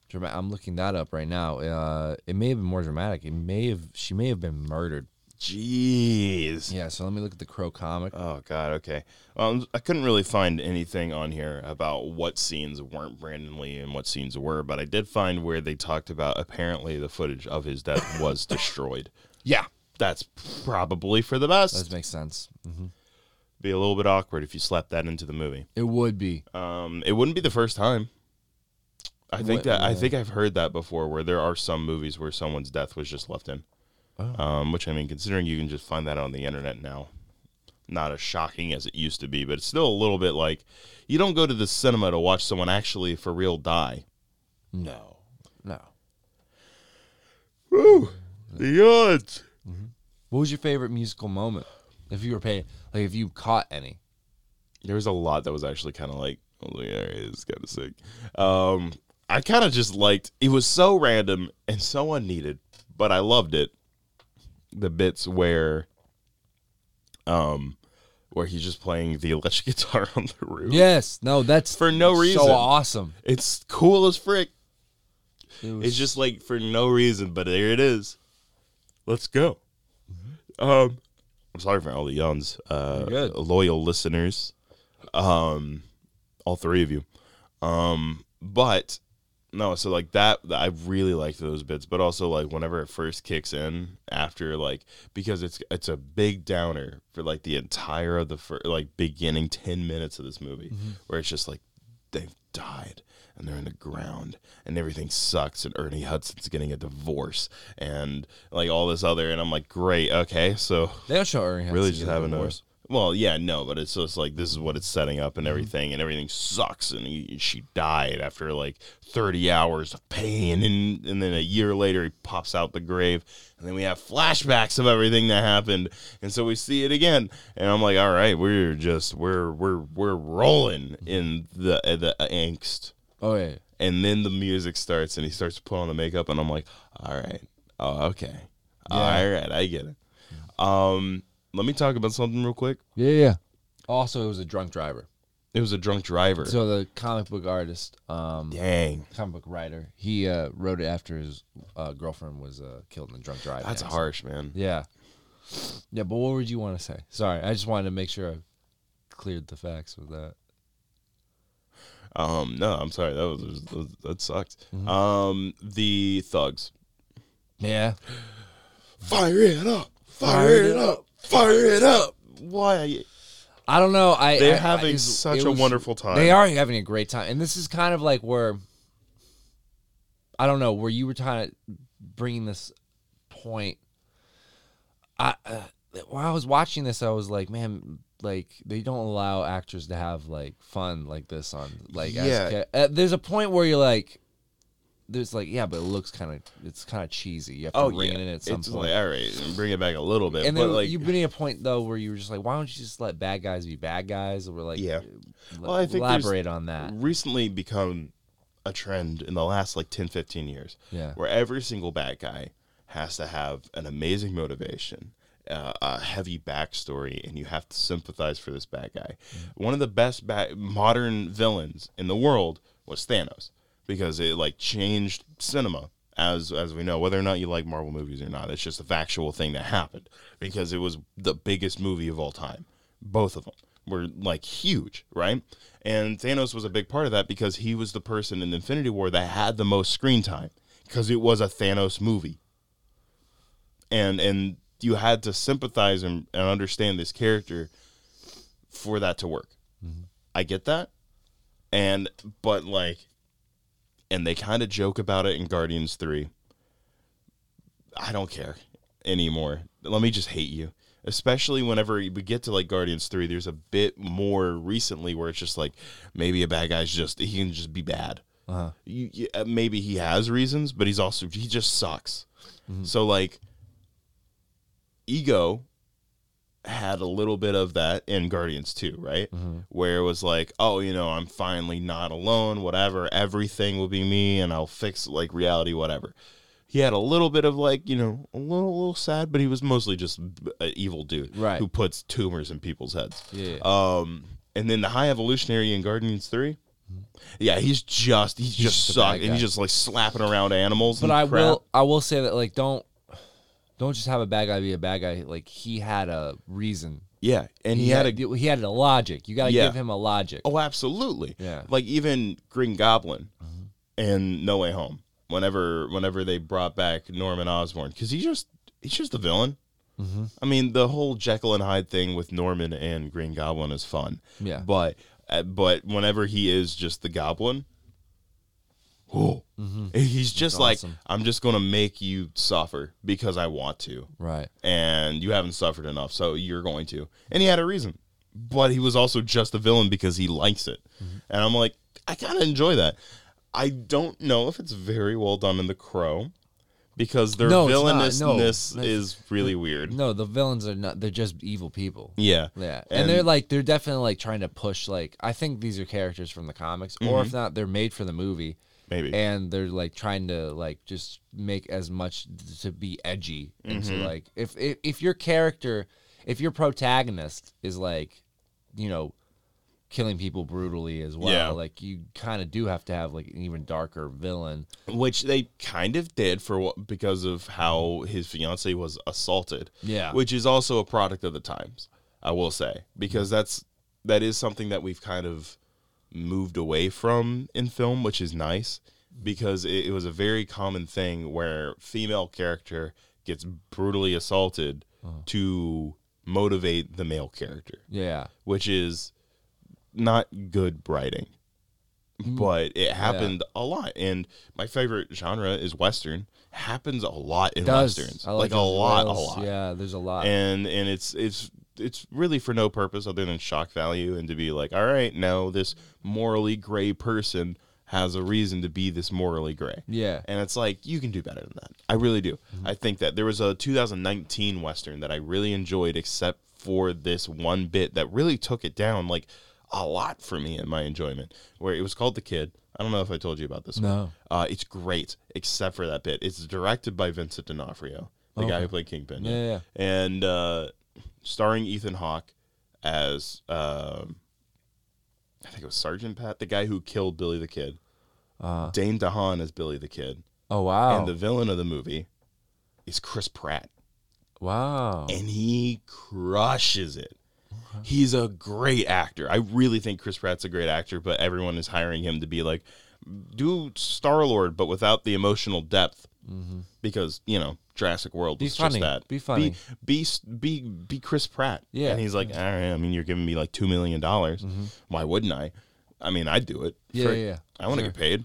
Speaker 3: dramatic. I'm looking that up right now. Uh, it may have been more dramatic. It may have she may have been murdered.
Speaker 2: Jeez.
Speaker 3: Yeah. So let me look at the Crow comic.
Speaker 2: Oh God. Okay. Um, I couldn't really find anything on here about what scenes weren't Brandon Lee and what scenes were, but I did find where they talked about apparently the footage of his death was destroyed.
Speaker 3: yeah,
Speaker 2: That's probably for the best.
Speaker 3: that makes sense. hmm
Speaker 2: Be a little bit awkward if you slapped that into the movie.
Speaker 3: It would be.
Speaker 2: Um, it wouldn't be the first time. I think
Speaker 3: What-
Speaker 2: that I
Speaker 3: yeah.
Speaker 2: think I've heard that before, where there are some movies where someone's death was just left in. Um, which I mean, considering you can just find that on the internet now, not as shocking as it used to be, but it's still a little bit like you don't go to the cinema to watch someone actually for real die.
Speaker 3: No, no.
Speaker 2: The odds.
Speaker 3: What was your favorite musical moment? If you were paid, like if you caught any.
Speaker 2: there was a lot that was actually kind of like, oh, yeah, it's kind of sick. Um, I kind of just liked it was so random and so unneeded, but I loved it. The bits where, um, where he's just playing the electric <laughs> guitar on the roof.
Speaker 3: Yes. No, that's
Speaker 2: For no reason.
Speaker 3: So awesome.
Speaker 2: It's cool as frick.
Speaker 3: It was
Speaker 2: It's just like for no reason, but there it is. Let's go. Um, I'm sorry for all the yawns, uh,
Speaker 3: You're good.
Speaker 2: loyal listeners, um, all three of you. Um, but no, so like that, I really liked those bits, but also like whenever it first kicks in after like because it's it's a big downer for like the entire of the fir- like beginning ten minutes of this movie,
Speaker 3: Mm-hmm.
Speaker 2: where it's just like they've died and they're in the ground and everything sucks and Ernie Hudson's getting a divorce and like all this other and I'm like great okay so
Speaker 3: they uh, don't show Ernie.
Speaker 2: really
Speaker 3: Hudson
Speaker 2: just
Speaker 3: getting
Speaker 2: having a
Speaker 3: divorced.
Speaker 2: well yeah no but it's just like this is what it's setting up and everything and everything sucks and he, she died after like 30 hours of pain and and then a year later he pops out the grave and then we have flashbacks of everything that happened and so we see it again and I'm like all right we're just we're we're we're rolling in the the uh, angst
Speaker 3: Oh yeah.
Speaker 2: and then the music starts and he starts to put on the makeup and I'm like, all right, oh okay, all right, I get it. Um, let me talk about something real quick.
Speaker 3: Yeah, yeah. Also, it was a drunk driver.
Speaker 2: It was a drunk driver.
Speaker 3: So the comic book artist, um,
Speaker 2: Dang,
Speaker 3: comic book writer, he uh, wrote it after his uh, girlfriend was uh, killed in a drunk driving.
Speaker 2: that's
Speaker 3: accident.
Speaker 2: harsh, man.
Speaker 3: Yeah. Yeah, but what would you want to say? Sorry, I just wanted to make sure I cleared the facts with that.
Speaker 2: Um, no, I'm sorry. That was, that was- that sucked.
Speaker 3: Mm-hmm.
Speaker 2: Um, the thugs.
Speaker 3: Yeah.
Speaker 2: Fire it up! Fire it up! Fire it up! Why?
Speaker 3: I don't know. I
Speaker 2: They're
Speaker 3: I-
Speaker 2: having
Speaker 3: it's-
Speaker 2: such
Speaker 3: it
Speaker 2: a
Speaker 3: was-
Speaker 2: wonderful time.
Speaker 3: They are having a great time, and this is kind of like where I don't know where you were trying to bring this point. I uh, while I was watching this, I was like, man, like they don't allow actors to have like fun like this on like
Speaker 2: Yeah.
Speaker 3: as, ca- uh, there's a point where you're like. There's like yeah, but it looks kind of it's kind of cheesy. You have to
Speaker 2: Oh,
Speaker 3: rein
Speaker 2: yeah.
Speaker 3: it in at some
Speaker 2: it's
Speaker 3: point.
Speaker 2: like all right, bring it back a little bit,
Speaker 3: and
Speaker 2: but
Speaker 3: then
Speaker 2: like
Speaker 3: you've been at a point though where you were just like, why don't you just let bad guys be bad guys? Or like,
Speaker 2: Yeah.
Speaker 3: l-
Speaker 2: Well, I think there's-
Speaker 3: elaborate on that.
Speaker 2: uh, recently become a trend in the last like 10 15 years
Speaker 3: Yeah.
Speaker 2: where every single bad guy has to have an amazing motivation uh, a heavy backstory and you have to sympathize for this bad guy one of the best ba- modern villains in the world was thanos because it like changed cinema as as we know whether or not you like marvel movies or not it's just a factual thing that happened because it was the biggest movie of all time both of them were like huge, right? And Thanos was a big part of that because he was the person in Infinity War that had the most screen time because it was a Thanos movie. And and you had to sympathize and, and understand this character for that to work. I get that. And but like and they kind of joke about it in Guardians 3. I don't care anymore. Let me just hate you. Especially whenever we get to like Guardians 3, there's a bit more recently where it's just like maybe a bad guy's just he can just be bad.
Speaker 3: Uh-huh.
Speaker 2: You, you- uh, maybe he has reasons, but he's also he just sucks. So like ego had a little bit of that in Guardians 2, right? Where it was like, oh, you know, I'm finally not alone, whatever. Everything will be me and I'll fix like reality whatever he had a little bit of like you know a little little sad, but he was mostly just an evil dude
Speaker 3: Right.
Speaker 2: who puts tumors in people's heads.
Speaker 3: Yeah.
Speaker 2: Um, and then the high evolutionary in Guardians three. Yeah, he's just he's, just,
Speaker 3: just a
Speaker 2: sucked,
Speaker 3: bad
Speaker 2: and he's
Speaker 3: guy.
Speaker 2: just like slapping around animals.
Speaker 3: but
Speaker 2: and
Speaker 3: I
Speaker 2: crap.
Speaker 3: will, I will say that like, don't, don't just have a bad guy be a bad guy. Like he had a reason.
Speaker 2: Yeah, and he, had, a
Speaker 3: he had a logic. You got to
Speaker 2: Yeah.
Speaker 3: give him a logic.
Speaker 2: Oh, absolutely.
Speaker 3: Yeah. Mm-hmm.
Speaker 2: Like even Green Goblin and No Way Home. Whenever whenever they brought back Norman Osborn, because he just he's just a villain.
Speaker 3: Mm-hmm.
Speaker 2: I mean, the whole Jekyll and Hyde thing with Norman and Green Goblin is fun.
Speaker 3: Yeah.
Speaker 2: But uh, but whenever he is just the Goblin, oh, he's just like
Speaker 3: Mm-hmm. awesome.
Speaker 2: I'm just gonna make you suffer because I want to
Speaker 3: Right.
Speaker 2: and you haven't suffered enough, so you're going to. And he had a reason, but he was also just a villain because he likes it.
Speaker 3: Mm-hmm.
Speaker 2: And I'm like, I kind of enjoy that. I don't know if it's very well done in The Crow because their
Speaker 3: No, it's not. No.
Speaker 2: villainousness is really weird.
Speaker 3: No, the villains are not. They're just evil people.
Speaker 2: Yeah.
Speaker 3: Yeah, and, they're like they're definitely like trying to push like I think these are characters from the comics, or if not, they're made for the movie.
Speaker 2: Mm-hmm. Maybe.
Speaker 3: And they're like trying to like just make as much to be edgy into
Speaker 2: Mm-hmm.
Speaker 3: like if, if if your character, if your protagonist is like, you know, killing people brutally as well,
Speaker 2: Yeah.
Speaker 3: like you kind of do have to have like an even darker villain.
Speaker 2: which they kind of did for what because of how his fiance was assaulted.
Speaker 3: Yeah.
Speaker 2: which is also a product of the times, I will say, because that's that is something that we've kind of moved away from in film, which is nice because it, it was a very common thing where female character gets brutally assaulted to motivate the male character
Speaker 3: Yeah,
Speaker 2: which is not good writing,
Speaker 3: Mm-hmm.
Speaker 2: but it happened a lot. And my favorite genre is Western. Happens a lot in
Speaker 3: does
Speaker 2: westerns,
Speaker 3: I
Speaker 2: like, a
Speaker 3: those
Speaker 2: lot, a
Speaker 3: royals.
Speaker 2: lot.
Speaker 3: Yeah, there's a lot.
Speaker 2: And and it's it's it's really for no purpose other than shock value and to be like, all right, no, this morally gray person has a reason to be this morally gray.
Speaker 3: yeah,
Speaker 2: And it's like you can do better than that. I really do. I think that there was a 2019 western that I really enjoyed, except for this one bit that really took it down like a lot for me in my enjoyment. Where it was called The Kid. I don't know if I told you about this.
Speaker 3: No.
Speaker 2: one. Uh, it's great, except for that bit. It's directed by Vincent D'Onofrio, the guy who played Kingpin.
Speaker 3: Yeah, yeah.
Speaker 2: And uh, starring Ethan Hawke as um, I think it was Sergeant Pat, the guy who killed Billy the Kid. Dane DeHaan as Billy the Kid.
Speaker 3: oh wow,
Speaker 2: And the villain of the movie is Chris Pratt.
Speaker 3: wow.
Speaker 2: And he crushes it. He's a great actor. I really think Chris Pratt's a great actor, but everyone is hiring him to be like, do Star Lord, but without the emotional depth. Because you know Jurassic World
Speaker 3: Mm-hmm. Be
Speaker 2: was
Speaker 3: funny.
Speaker 2: just that.
Speaker 3: Be funny.
Speaker 2: Be, be be be Chris Pratt.
Speaker 3: Yeah. Mm-hmm.
Speaker 2: And he's like, all right. I mean, you're giving me like two million dollars. Why wouldn't I? I mean, I'd do it.
Speaker 3: Yeah,
Speaker 2: for-
Speaker 3: yeah, yeah.
Speaker 2: I want to get paid.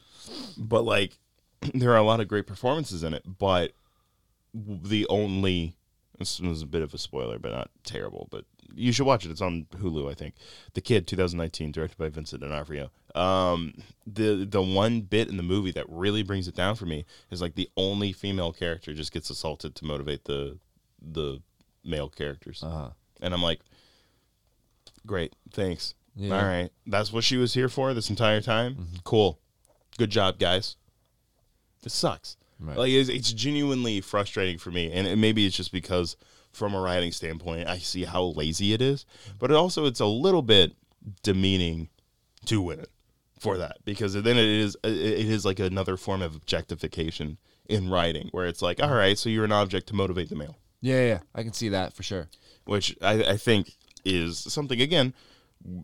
Speaker 2: But like, <clears throat> there are a lot of great performances in it. But the only this was a bit of a spoiler, but not terrible. But you should watch it. It's on Hulu, I think. The Kid, 2019, directed by Vincent D'Onofrio. Um, the the one bit in the movie that really brings it down for me is like the only female character just gets assaulted to motivate the the male characters,
Speaker 3: Uh-huh.
Speaker 2: and I'm like, great, thanks.
Speaker 3: Yeah. Mm-hmm.
Speaker 2: All right, that's what she was here for this entire time. Cool, good job, guys. This sucks.
Speaker 3: Right.
Speaker 2: Like it's, it's genuinely frustrating for me, and it, maybe it's just because from a writing standpoint, I see how lazy it is. But it also, it's a little bit demeaning to women for that because then it is it it is like another form of objectification in writing, where it's like, all right, so you're an object to motivate the male
Speaker 3: Yeah, yeah, yeah. I can see that for sure.
Speaker 2: which I, I think is something again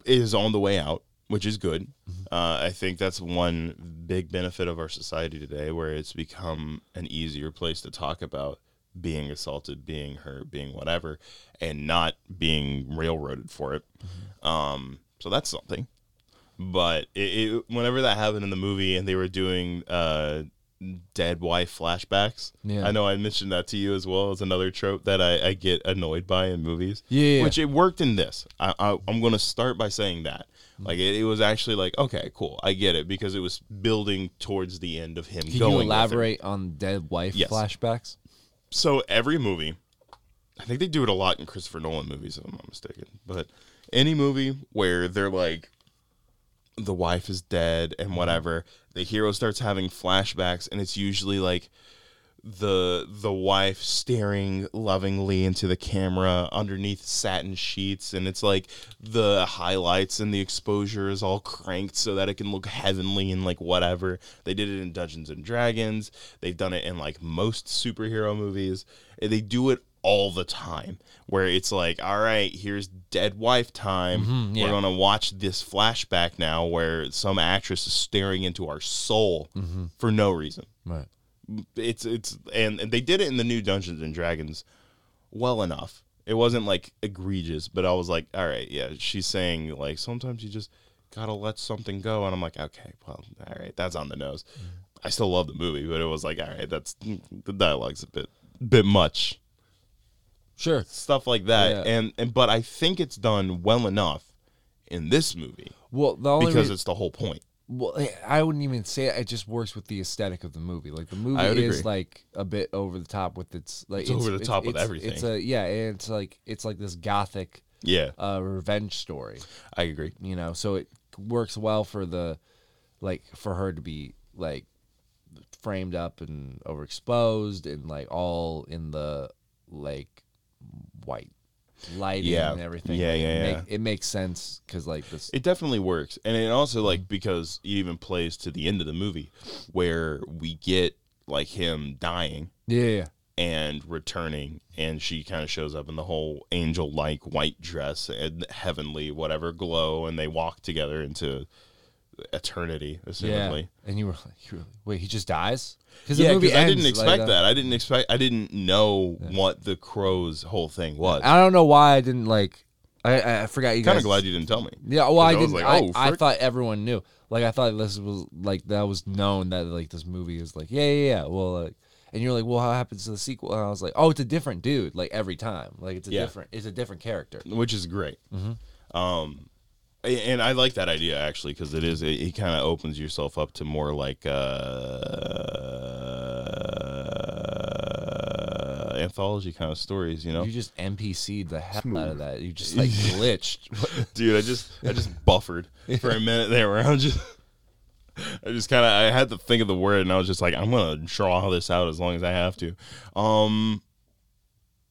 Speaker 2: is on the way out, which is good. Uh, I think that's one big benefit of our society today, where it's become an easier place to talk about being assaulted, being hurt, being whatever, and not being railroaded for it. Um, so that's something. But it, it, whenever that happened in the movie, and they were doing uh, dead wife flashbacks,
Speaker 3: Yeah.
Speaker 2: I know I mentioned that to you as well as another trope that I, I get annoyed by in movies.
Speaker 3: Yeah.
Speaker 2: Which it worked in this. I, I, I'm going to start by saying that. Like, it, it was actually like, okay, cool. I get it because it was building towards the end of him
Speaker 3: Can
Speaker 2: going.
Speaker 3: you
Speaker 2: with it.
Speaker 3: elaborate on dead wife
Speaker 2: Yes.
Speaker 3: flashbacks?
Speaker 2: So, every movie, I think they do it a lot in Christopher Nolan movies, if I'm not mistaken, but any movie where they're like, the wife is dead and whatever, the hero starts having flashbacks, and it's usually like, the the wife staring lovingly into the camera underneath satin sheets and it's like the highlights and the exposure is all cranked so that it can look heavenly and like whatever they did it in dungeons and dragons they've done it in like most superhero movies and they do it all the time where it's like all right here's dead wife time
Speaker 3: Mm-hmm, yeah.
Speaker 2: we're gonna watch this flashback now where some actress is staring into our soul for no reason
Speaker 3: Mm-hmm. Right.
Speaker 2: it's it's and, and they did it in the new Dungeons and Dragons well enough. It wasn't like egregious, but I was like, all right, yeah, she's saying like sometimes you just gotta let something go, and I'm like, okay, well, all right, that's on the nose.
Speaker 3: Mm.
Speaker 2: I still love the movie, but it was like, all right, that's the dialogue's a bit bit much
Speaker 3: Sure.
Speaker 2: stuff like that,
Speaker 3: Yeah.
Speaker 2: and and but I think it's done well enough in this movie
Speaker 3: Well, the only
Speaker 2: because
Speaker 3: rea-
Speaker 2: it's the whole point.
Speaker 3: well, I- I wouldn't even say it. It just works with the aesthetic of the movie. Like the movie
Speaker 2: I would
Speaker 3: is
Speaker 2: agree.
Speaker 3: like a bit over the top with its like
Speaker 2: It's over the top with
Speaker 3: it's-
Speaker 2: everything.
Speaker 3: It's a yeah, and it's like it's like this gothic
Speaker 2: Yeah,
Speaker 3: uh, revenge story,
Speaker 2: I agree.
Speaker 3: you know. So it works well for the like for her to be like framed up and overexposed and like all in the like white lighting
Speaker 2: Yeah.
Speaker 3: and everything.
Speaker 2: Yeah,
Speaker 3: Like, it
Speaker 2: yeah,
Speaker 3: make- It makes sense because like this.
Speaker 2: It definitely works, and it also like because it even plays to the end of the movie, where we get like him dying
Speaker 3: yeah, yeah,
Speaker 2: and returning, and she kind of shows up in the whole angel like white dress and heavenly whatever glow, and they walk together into eternity,
Speaker 3: yeah.
Speaker 2: assumably.
Speaker 3: And you were like, you were like, wait, he just dies? Because
Speaker 2: Yeah, 'cause I didn't expect
Speaker 3: uh,
Speaker 2: that. I didn't expect. I didn't know what the crow's whole thing was.
Speaker 3: I don't know why I didn't like. I- I I forgot you.
Speaker 2: Kind
Speaker 3: guys-
Speaker 2: of glad you didn't tell me.
Speaker 3: Yeah,
Speaker 2: 'Cause
Speaker 3: well, I
Speaker 2: I was
Speaker 3: didn't.
Speaker 2: like,
Speaker 3: I,
Speaker 2: oh,
Speaker 3: I
Speaker 2: frick.
Speaker 3: thought everyone knew. Like, I thought this was like that was known that like this movie is like, yeah, yeah, yeah. Well, like, and you're like, well, how happens to the sequel? And I was like, oh, it's a different dude. Like every time, like it's a
Speaker 2: Yeah.
Speaker 3: different, it's a different character.
Speaker 2: which is great. Um, a- and I like that idea actually because it is it, it kind of opens yourself up to more like uh, anthology kind of stories, you know.
Speaker 3: You just NPC'd the hell out of that. You just like glitched.
Speaker 2: <laughs> Dude, I just I just buffered for a minute there where I'm just. I just kind of I had to think of the word and I was just like I'm gonna draw this out as long as I have to. Um,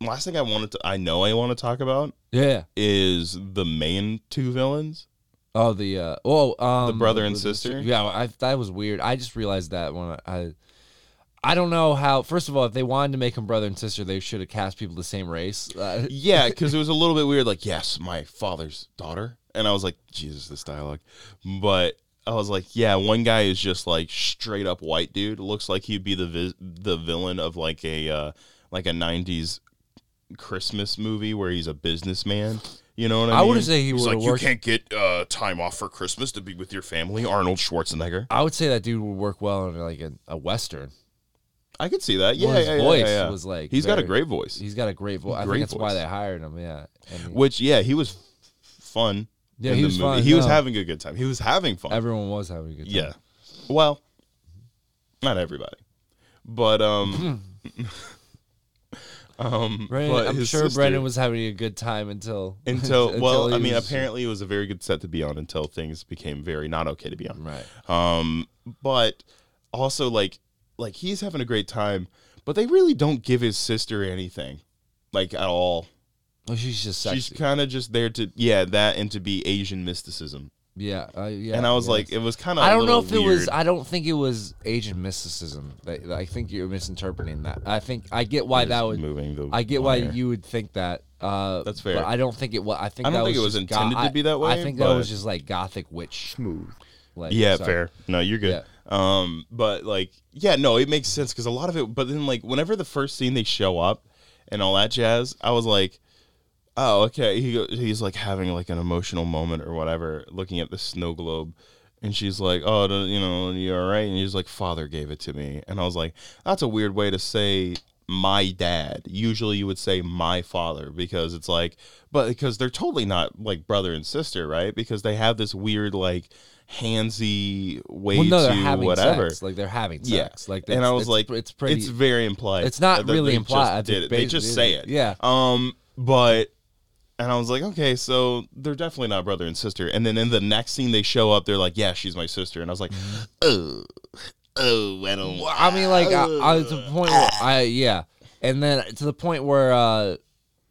Speaker 2: last thing I wanted to I know I want to talk about
Speaker 3: yeah.
Speaker 2: is the main two villains.
Speaker 3: Oh, the uh, oh, um,
Speaker 2: brother and
Speaker 3: the- the-
Speaker 2: sister?
Speaker 3: Yeah, I, that was weird. I just realized that when I, I, I don't know how. First of all, if they wanted to make him brother and sister, they should have cast people the same race. Uh,
Speaker 2: Yeah, because it was a little bit weird. Like, yes, my father's daughter, and I was like, Jesus, this dialogue. But I was like, yeah, one guy is just like straight up white dude. Looks like he'd be the vi- the villain of like a uh, like a '90s Christmas movie where he's a businessman. You know what I,
Speaker 3: I
Speaker 2: mean?
Speaker 3: wouldn't say he
Speaker 2: He's
Speaker 3: would've
Speaker 2: like, you
Speaker 3: worked-
Speaker 2: can't get uh, time off for Christmas to be with your family. Arnold Schwarzenegger.
Speaker 3: I would say that dude would work well in like a, a western.
Speaker 2: I could see that. Yeah,
Speaker 3: his
Speaker 2: yeah, yeah,
Speaker 3: voice
Speaker 2: yeah, yeah.
Speaker 3: was, like,
Speaker 2: he's got a
Speaker 3: very-
Speaker 2: great voice.
Speaker 3: He's got a great voice. I
Speaker 2: Great
Speaker 3: think that's why
Speaker 2: voice.
Speaker 3: they hired him. Yeah. And
Speaker 2: Which, yeah, he was f- fun.
Speaker 3: Yeah,
Speaker 2: in
Speaker 3: he
Speaker 2: the
Speaker 3: was
Speaker 2: movie.
Speaker 3: fun,
Speaker 2: He was
Speaker 3: no.
Speaker 2: having a good time. He was having fun.
Speaker 3: everyone was having a good time.
Speaker 2: yeah. Well, not everybody, but
Speaker 3: <laughs>
Speaker 2: um, <laughs> um,
Speaker 3: Brandon,
Speaker 2: but
Speaker 3: I'm
Speaker 2: his
Speaker 3: sure
Speaker 2: sister-
Speaker 3: Brandon was <laughs> having a good time until <laughs>
Speaker 2: until well,
Speaker 3: he
Speaker 2: I mean,
Speaker 3: was-
Speaker 2: apparently it was a very good set to be on until things became very not okay to be on.
Speaker 3: Right.
Speaker 2: Um, but also like like he's having a great time, but they really don't give his sister anything, like at all.
Speaker 3: Well, Oh, she's just sexy.
Speaker 2: She's kind of just there to yeah that and to be Asian mysticism.
Speaker 3: yeah. Uh, yeah.
Speaker 2: and I was
Speaker 3: yeah.
Speaker 2: like, it was kind of
Speaker 3: I don't know if it was. I don't think it was Asian mysticism. I, I think you're misinterpreting that. I think I get why that would.
Speaker 2: moving the.
Speaker 3: I get why
Speaker 2: wire.
Speaker 3: you would think that. Uh,
Speaker 2: That's fair.
Speaker 3: But I don't think it was. I think
Speaker 2: I don't
Speaker 3: that
Speaker 2: think it was
Speaker 3: just go-
Speaker 2: intended to
Speaker 3: I-
Speaker 2: be that way,
Speaker 3: I think
Speaker 2: but-
Speaker 3: that was just like gothic witch smooth. Like,
Speaker 2: Yeah,
Speaker 3: sorry.
Speaker 2: fair. No, you're good. Um, but like, yeah, no, it makes sense because a lot of it. But then, like, whenever the first scene they show up and all that jazz, I was like, oh, okay. He go- he's like having like an emotional moment or whatever, looking at the snow globe. And she's like, "Oh, do- you know, you all right?" And he's like, "Father gave it to me." And I was like, "That's a weird way to say my dad." Usually, you would say my father because it's like, but because they're totally not like brother and sister, right? Because they have this weird like handsy way
Speaker 3: Well, no,
Speaker 2: to
Speaker 3: they're having
Speaker 2: whatever.
Speaker 3: sex. Like they're having
Speaker 2: Yeah.
Speaker 3: sex. Like,
Speaker 2: And
Speaker 3: it's-
Speaker 2: I was
Speaker 3: it's-
Speaker 2: like,
Speaker 3: it's pretty.
Speaker 2: It's very implied.
Speaker 3: It's not
Speaker 2: They-
Speaker 3: really
Speaker 2: they
Speaker 3: implied.
Speaker 2: just
Speaker 3: I
Speaker 2: did
Speaker 3: think
Speaker 2: it. They
Speaker 3: basi-
Speaker 2: just say it.
Speaker 3: yeah.
Speaker 2: Um, but and I was like, okay, so they're definitely not brother and sister. And then in the next scene, they show up. They're like, yeah, she's my sister. And I was
Speaker 3: <laughs>
Speaker 2: like, oh, oh, I don't.
Speaker 3: Well, I mean, like, I, I was to the
Speaker 2: <laughs>
Speaker 3: point where I, yeah, and then to the point where, uh,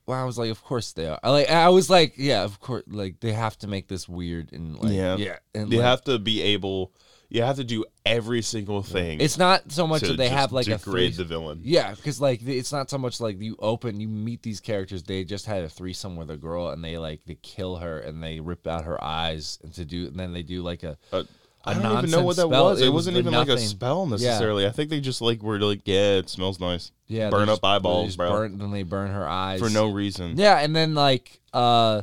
Speaker 3: where I was like, of course they are. I, like, I was like, yeah, of course, like they have to make this weird and like,
Speaker 2: Yeah.
Speaker 3: yeah, and
Speaker 2: You
Speaker 3: like,
Speaker 2: have to be able. You have to do every single thing.
Speaker 3: it's not so much that they
Speaker 2: just
Speaker 3: have like a
Speaker 2: degrade the
Speaker 3: three,
Speaker 2: villain.
Speaker 3: yeah, because like it's not so much like you open, you meet these characters. They just had a threesome with a girl, and they like they kill her and they rip out her eyes and to do, and then they do like a.
Speaker 2: Uh,
Speaker 3: I
Speaker 2: I don't even know what that was. It, wasn't even like a spell necessarily. I think they just like were like, yeah, it smells nice.
Speaker 3: Yeah, they
Speaker 2: burn
Speaker 3: just-
Speaker 2: up
Speaker 3: they
Speaker 2: eyeballs,
Speaker 3: just
Speaker 2: bro,
Speaker 3: Burn, then they burn her eyes
Speaker 2: for no reason.
Speaker 3: Yeah, and then like uh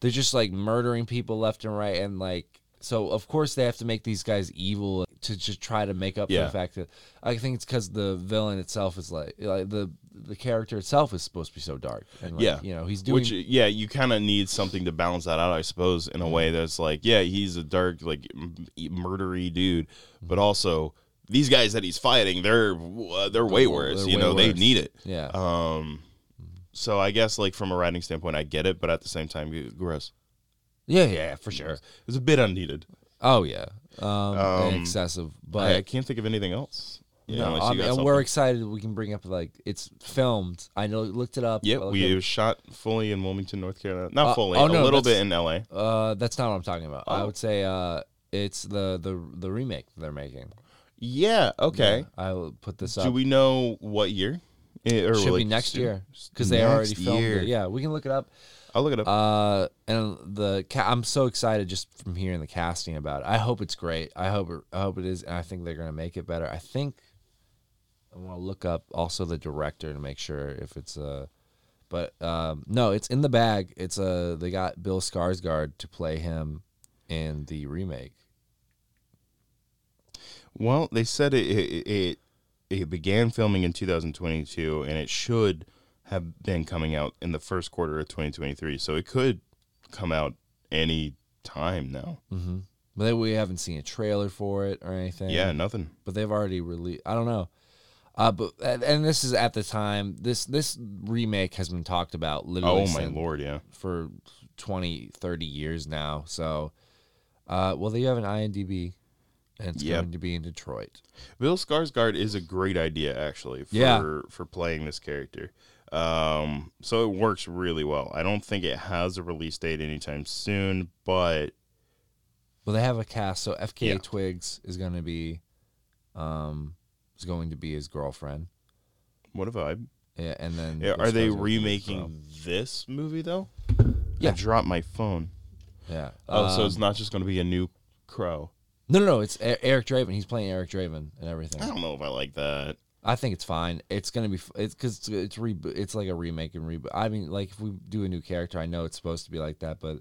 Speaker 3: they're just like murdering people left and right and like so of course they have to make these guys evil to just try to make up for
Speaker 2: Yeah.
Speaker 3: the fact that I think it's cuz the villain itself is like like the the character itself is supposed to be so dark and like,
Speaker 2: Yeah.
Speaker 3: you know, he's doing
Speaker 2: Which yeah, you kind of need something to balance that out, I suppose, in a way
Speaker 3: Mm-hmm.
Speaker 2: that's like, yeah, he's a dark, like m- e, murdery dude, but
Speaker 3: Mm-hmm.
Speaker 2: also these guys that he's fighting, they're uh, they're way
Speaker 3: They're
Speaker 2: worse.
Speaker 3: way
Speaker 2: you know, they
Speaker 3: worse.
Speaker 2: need it.
Speaker 3: yeah.
Speaker 2: Um, so I guess like from a writing standpoint, I get it, but at the same time, you- gross.
Speaker 3: yeah, yeah, for sure.
Speaker 2: It's a bit unneeded.
Speaker 3: Oh yeah. Um, and
Speaker 2: Um,
Speaker 3: excessive,
Speaker 2: I, I
Speaker 3: but
Speaker 2: can't think of anything else. Yeah,
Speaker 3: no,
Speaker 2: unless
Speaker 3: I
Speaker 2: you got
Speaker 3: mean,
Speaker 2: something.
Speaker 3: we're excited that we can bring up like it's filmed. I know looked it up.
Speaker 2: Yep,
Speaker 3: I looked
Speaker 2: we it
Speaker 3: up-
Speaker 2: was shot fully in Wilmington, North Carolina. Not
Speaker 3: Uh,
Speaker 2: fully,
Speaker 3: oh,
Speaker 2: a
Speaker 3: no,
Speaker 2: little
Speaker 3: that's-
Speaker 2: bit in LA.
Speaker 3: Uh, that's not what I'm talking about. I
Speaker 2: Oh.
Speaker 3: would say uh, it's the the the remake they're making.
Speaker 2: Yeah, okay.
Speaker 3: Yeah, I will put this up.
Speaker 2: Do we know what year? Eh, or
Speaker 3: Should
Speaker 2: like,
Speaker 3: be next
Speaker 2: soon?
Speaker 3: year because they already
Speaker 2: Next
Speaker 3: filmed
Speaker 2: year.
Speaker 3: it. Yeah, we can look it up.
Speaker 2: I'll look it up.
Speaker 3: Uh, and the ca- I'm so excited just from hearing the casting about it. I hope it's great. I hope it, I hope it is, and I think they're gonna make it better. I think I want to look up also the director to make sure if it's uh but um, no, it's in the bag. It's uh, they got Bill Skarsgård to play him in the remake.
Speaker 2: well, they said it it, it it began filming in 2022, and it should have been coming out in the first quarter of 2023. So it could come out any time now.
Speaker 3: Mm-hmm. But then we haven't seen a trailer for it or anything.
Speaker 2: Yeah, nothing.
Speaker 3: But they've already released. I don't know. Uh, but and, and this is at the time this this remake has been talked about literally
Speaker 2: Oh my
Speaker 3: since-
Speaker 2: lord, yeah.
Speaker 3: for 20 30 years now. So uh well they have an IMDb and it's
Speaker 2: Yep.
Speaker 3: going to be in Detroit.
Speaker 2: Bill Skarsgård is a great idea actually for
Speaker 3: Yeah.
Speaker 2: for playing this character. Um, so it works really well. I don't think it has a release date anytime soon, but
Speaker 3: Well they have a cast so FKA
Speaker 2: Yeah.
Speaker 3: Twigs is going to be um is going to be his girlfriend.
Speaker 2: What a vibe.
Speaker 3: Yeah, and then
Speaker 2: Yeah,
Speaker 3: which
Speaker 2: are they
Speaker 3: goes with-
Speaker 2: remaking this movie though?
Speaker 3: Yeah.
Speaker 2: I dropped my phone.
Speaker 3: Yeah.
Speaker 2: Oh, so
Speaker 3: Um,
Speaker 2: it's not just going to be a new crow.
Speaker 3: no, no, no. It's E- Eric Draven. He's playing Eric Draven and everything.
Speaker 2: I don't know if I like that.
Speaker 3: I think it's fine. It's gonna be. f- It's because it's it's, re- it's like a remake and reboot. I mean, like if we do a new character, I know it's supposed to be like that, but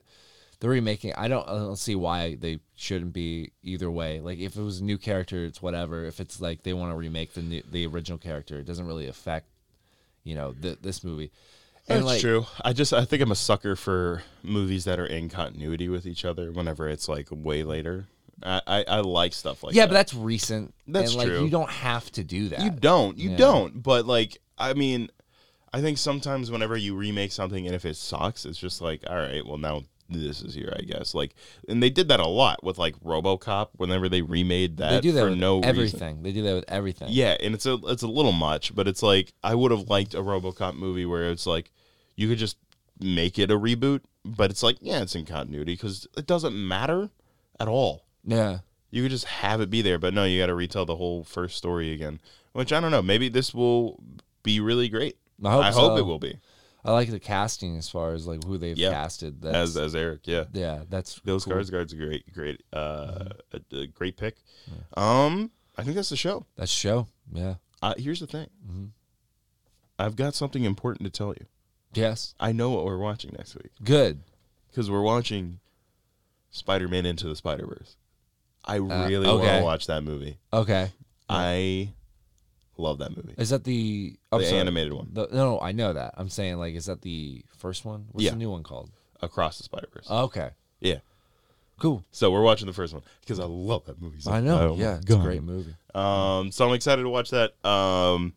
Speaker 3: the remaking, I don't, I don't see why they shouldn't be either way. Like if it was a new character, it's whatever. If it's like they want to remake the new, the original character, it doesn't really affect, you know, th- this movie.
Speaker 2: That's
Speaker 3: like,
Speaker 2: true. I just I think I'm a sucker for movies that are in continuity with each other. Whenever it's like way later, I I, I like stuff like
Speaker 3: yeah,
Speaker 2: that.
Speaker 3: but that's recent.
Speaker 2: That's
Speaker 3: and, like,
Speaker 2: true.
Speaker 3: You don't have to do that.
Speaker 2: You don't. You
Speaker 3: Yeah.
Speaker 2: don't. But like, I mean, I think sometimes whenever you remake something and if it sucks, it's just like, all right, well now this is here, I guess. Like, and they did that a lot with like RoboCop. Whenever they remade that,
Speaker 3: They do that
Speaker 2: for
Speaker 3: with
Speaker 2: no reason.
Speaker 3: everything. They do that with everything.
Speaker 2: Yeah, and it's a it's a little much, but it's like I would have liked a RoboCop movie where it's like you could just make it a reboot, but it's like yeah, it's in continuity because it doesn't matter at all.
Speaker 3: Yeah.
Speaker 2: You could just have it be there, but no, you got to retell the whole first story again. Which I don't know. Maybe this will be really great.
Speaker 3: I hope so.
Speaker 2: it will be
Speaker 3: I like the casting as far as like who they've
Speaker 2: Yeah.
Speaker 3: casted. That's,
Speaker 2: as as Eric. Yeah,
Speaker 3: yeah, that's
Speaker 2: Bill
Speaker 3: cool. Mm-hmm.
Speaker 2: Skarsgård's a great, great, uh, a, a great pick. Um, I think that's the show.
Speaker 3: That's show. Yeah.
Speaker 2: Uh, here's the thing.
Speaker 3: Mm-hmm.
Speaker 2: I've got something important to tell you.
Speaker 3: Yes.
Speaker 2: I know what we're watching next week
Speaker 3: Good.
Speaker 2: because we're watching Spider Man Into the Spider Verse. I really want
Speaker 3: Uh, okay.
Speaker 2: to watch that movie.
Speaker 3: Okay.
Speaker 2: I love that movie.
Speaker 3: Is that the I'm
Speaker 2: the
Speaker 3: sorry.
Speaker 2: animated one,
Speaker 3: The- no, I know that. I'm saying like, is that the first one? What's
Speaker 2: Yeah.
Speaker 3: the new one called?
Speaker 2: Across the Spider Verse.
Speaker 3: Okay.
Speaker 2: yeah.
Speaker 3: Cool.
Speaker 2: So we're watching the first one because I love that movie. so-
Speaker 3: I know.
Speaker 2: Oh my
Speaker 3: yeah, it's
Speaker 2: God.
Speaker 3: a great movie.
Speaker 2: Um, so I'm excited to watch that. Um,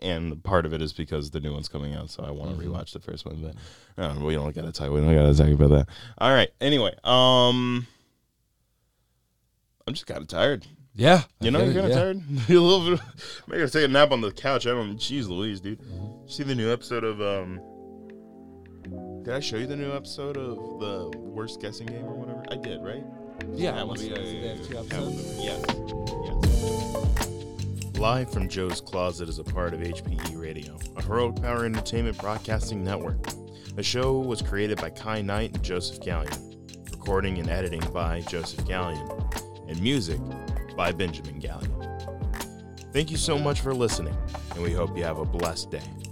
Speaker 2: and part of it is because the new one's coming out, so I want to
Speaker 3: Mm-hmm.
Speaker 2: rewatch the first one. But uh, we don't gotta talk. We don't gotta talk about that. All right. Anyway, um, I'm just kind of tired.
Speaker 3: Yeah. I
Speaker 2: You know,
Speaker 3: get
Speaker 2: you're kind
Speaker 3: it,
Speaker 2: of
Speaker 3: yeah.
Speaker 2: tired. <laughs> You're a little bit. Maybe I'll take a nap on the couch. I don't. Jeez, Louise, dude.
Speaker 3: Mm-hmm.
Speaker 2: See the new episode of um. Did I show you the new episode of the worst guessing game or whatever? I did, right?
Speaker 3: Yeah.
Speaker 2: That
Speaker 3: what's-
Speaker 2: was-
Speaker 3: is it they have two
Speaker 2: That
Speaker 3: episodes?
Speaker 2: was- Yeah. Yes.
Speaker 1: Live from Joe's Closet is a part of HPE Radio, a Heroic Power Entertainment broadcasting network. The show was created by Kai Knight and Joseph Gallion, recording and editing by Joseph Gallion, and music by Benjamin Gallion. Thank you so much for listening, and we hope you have a blessed day.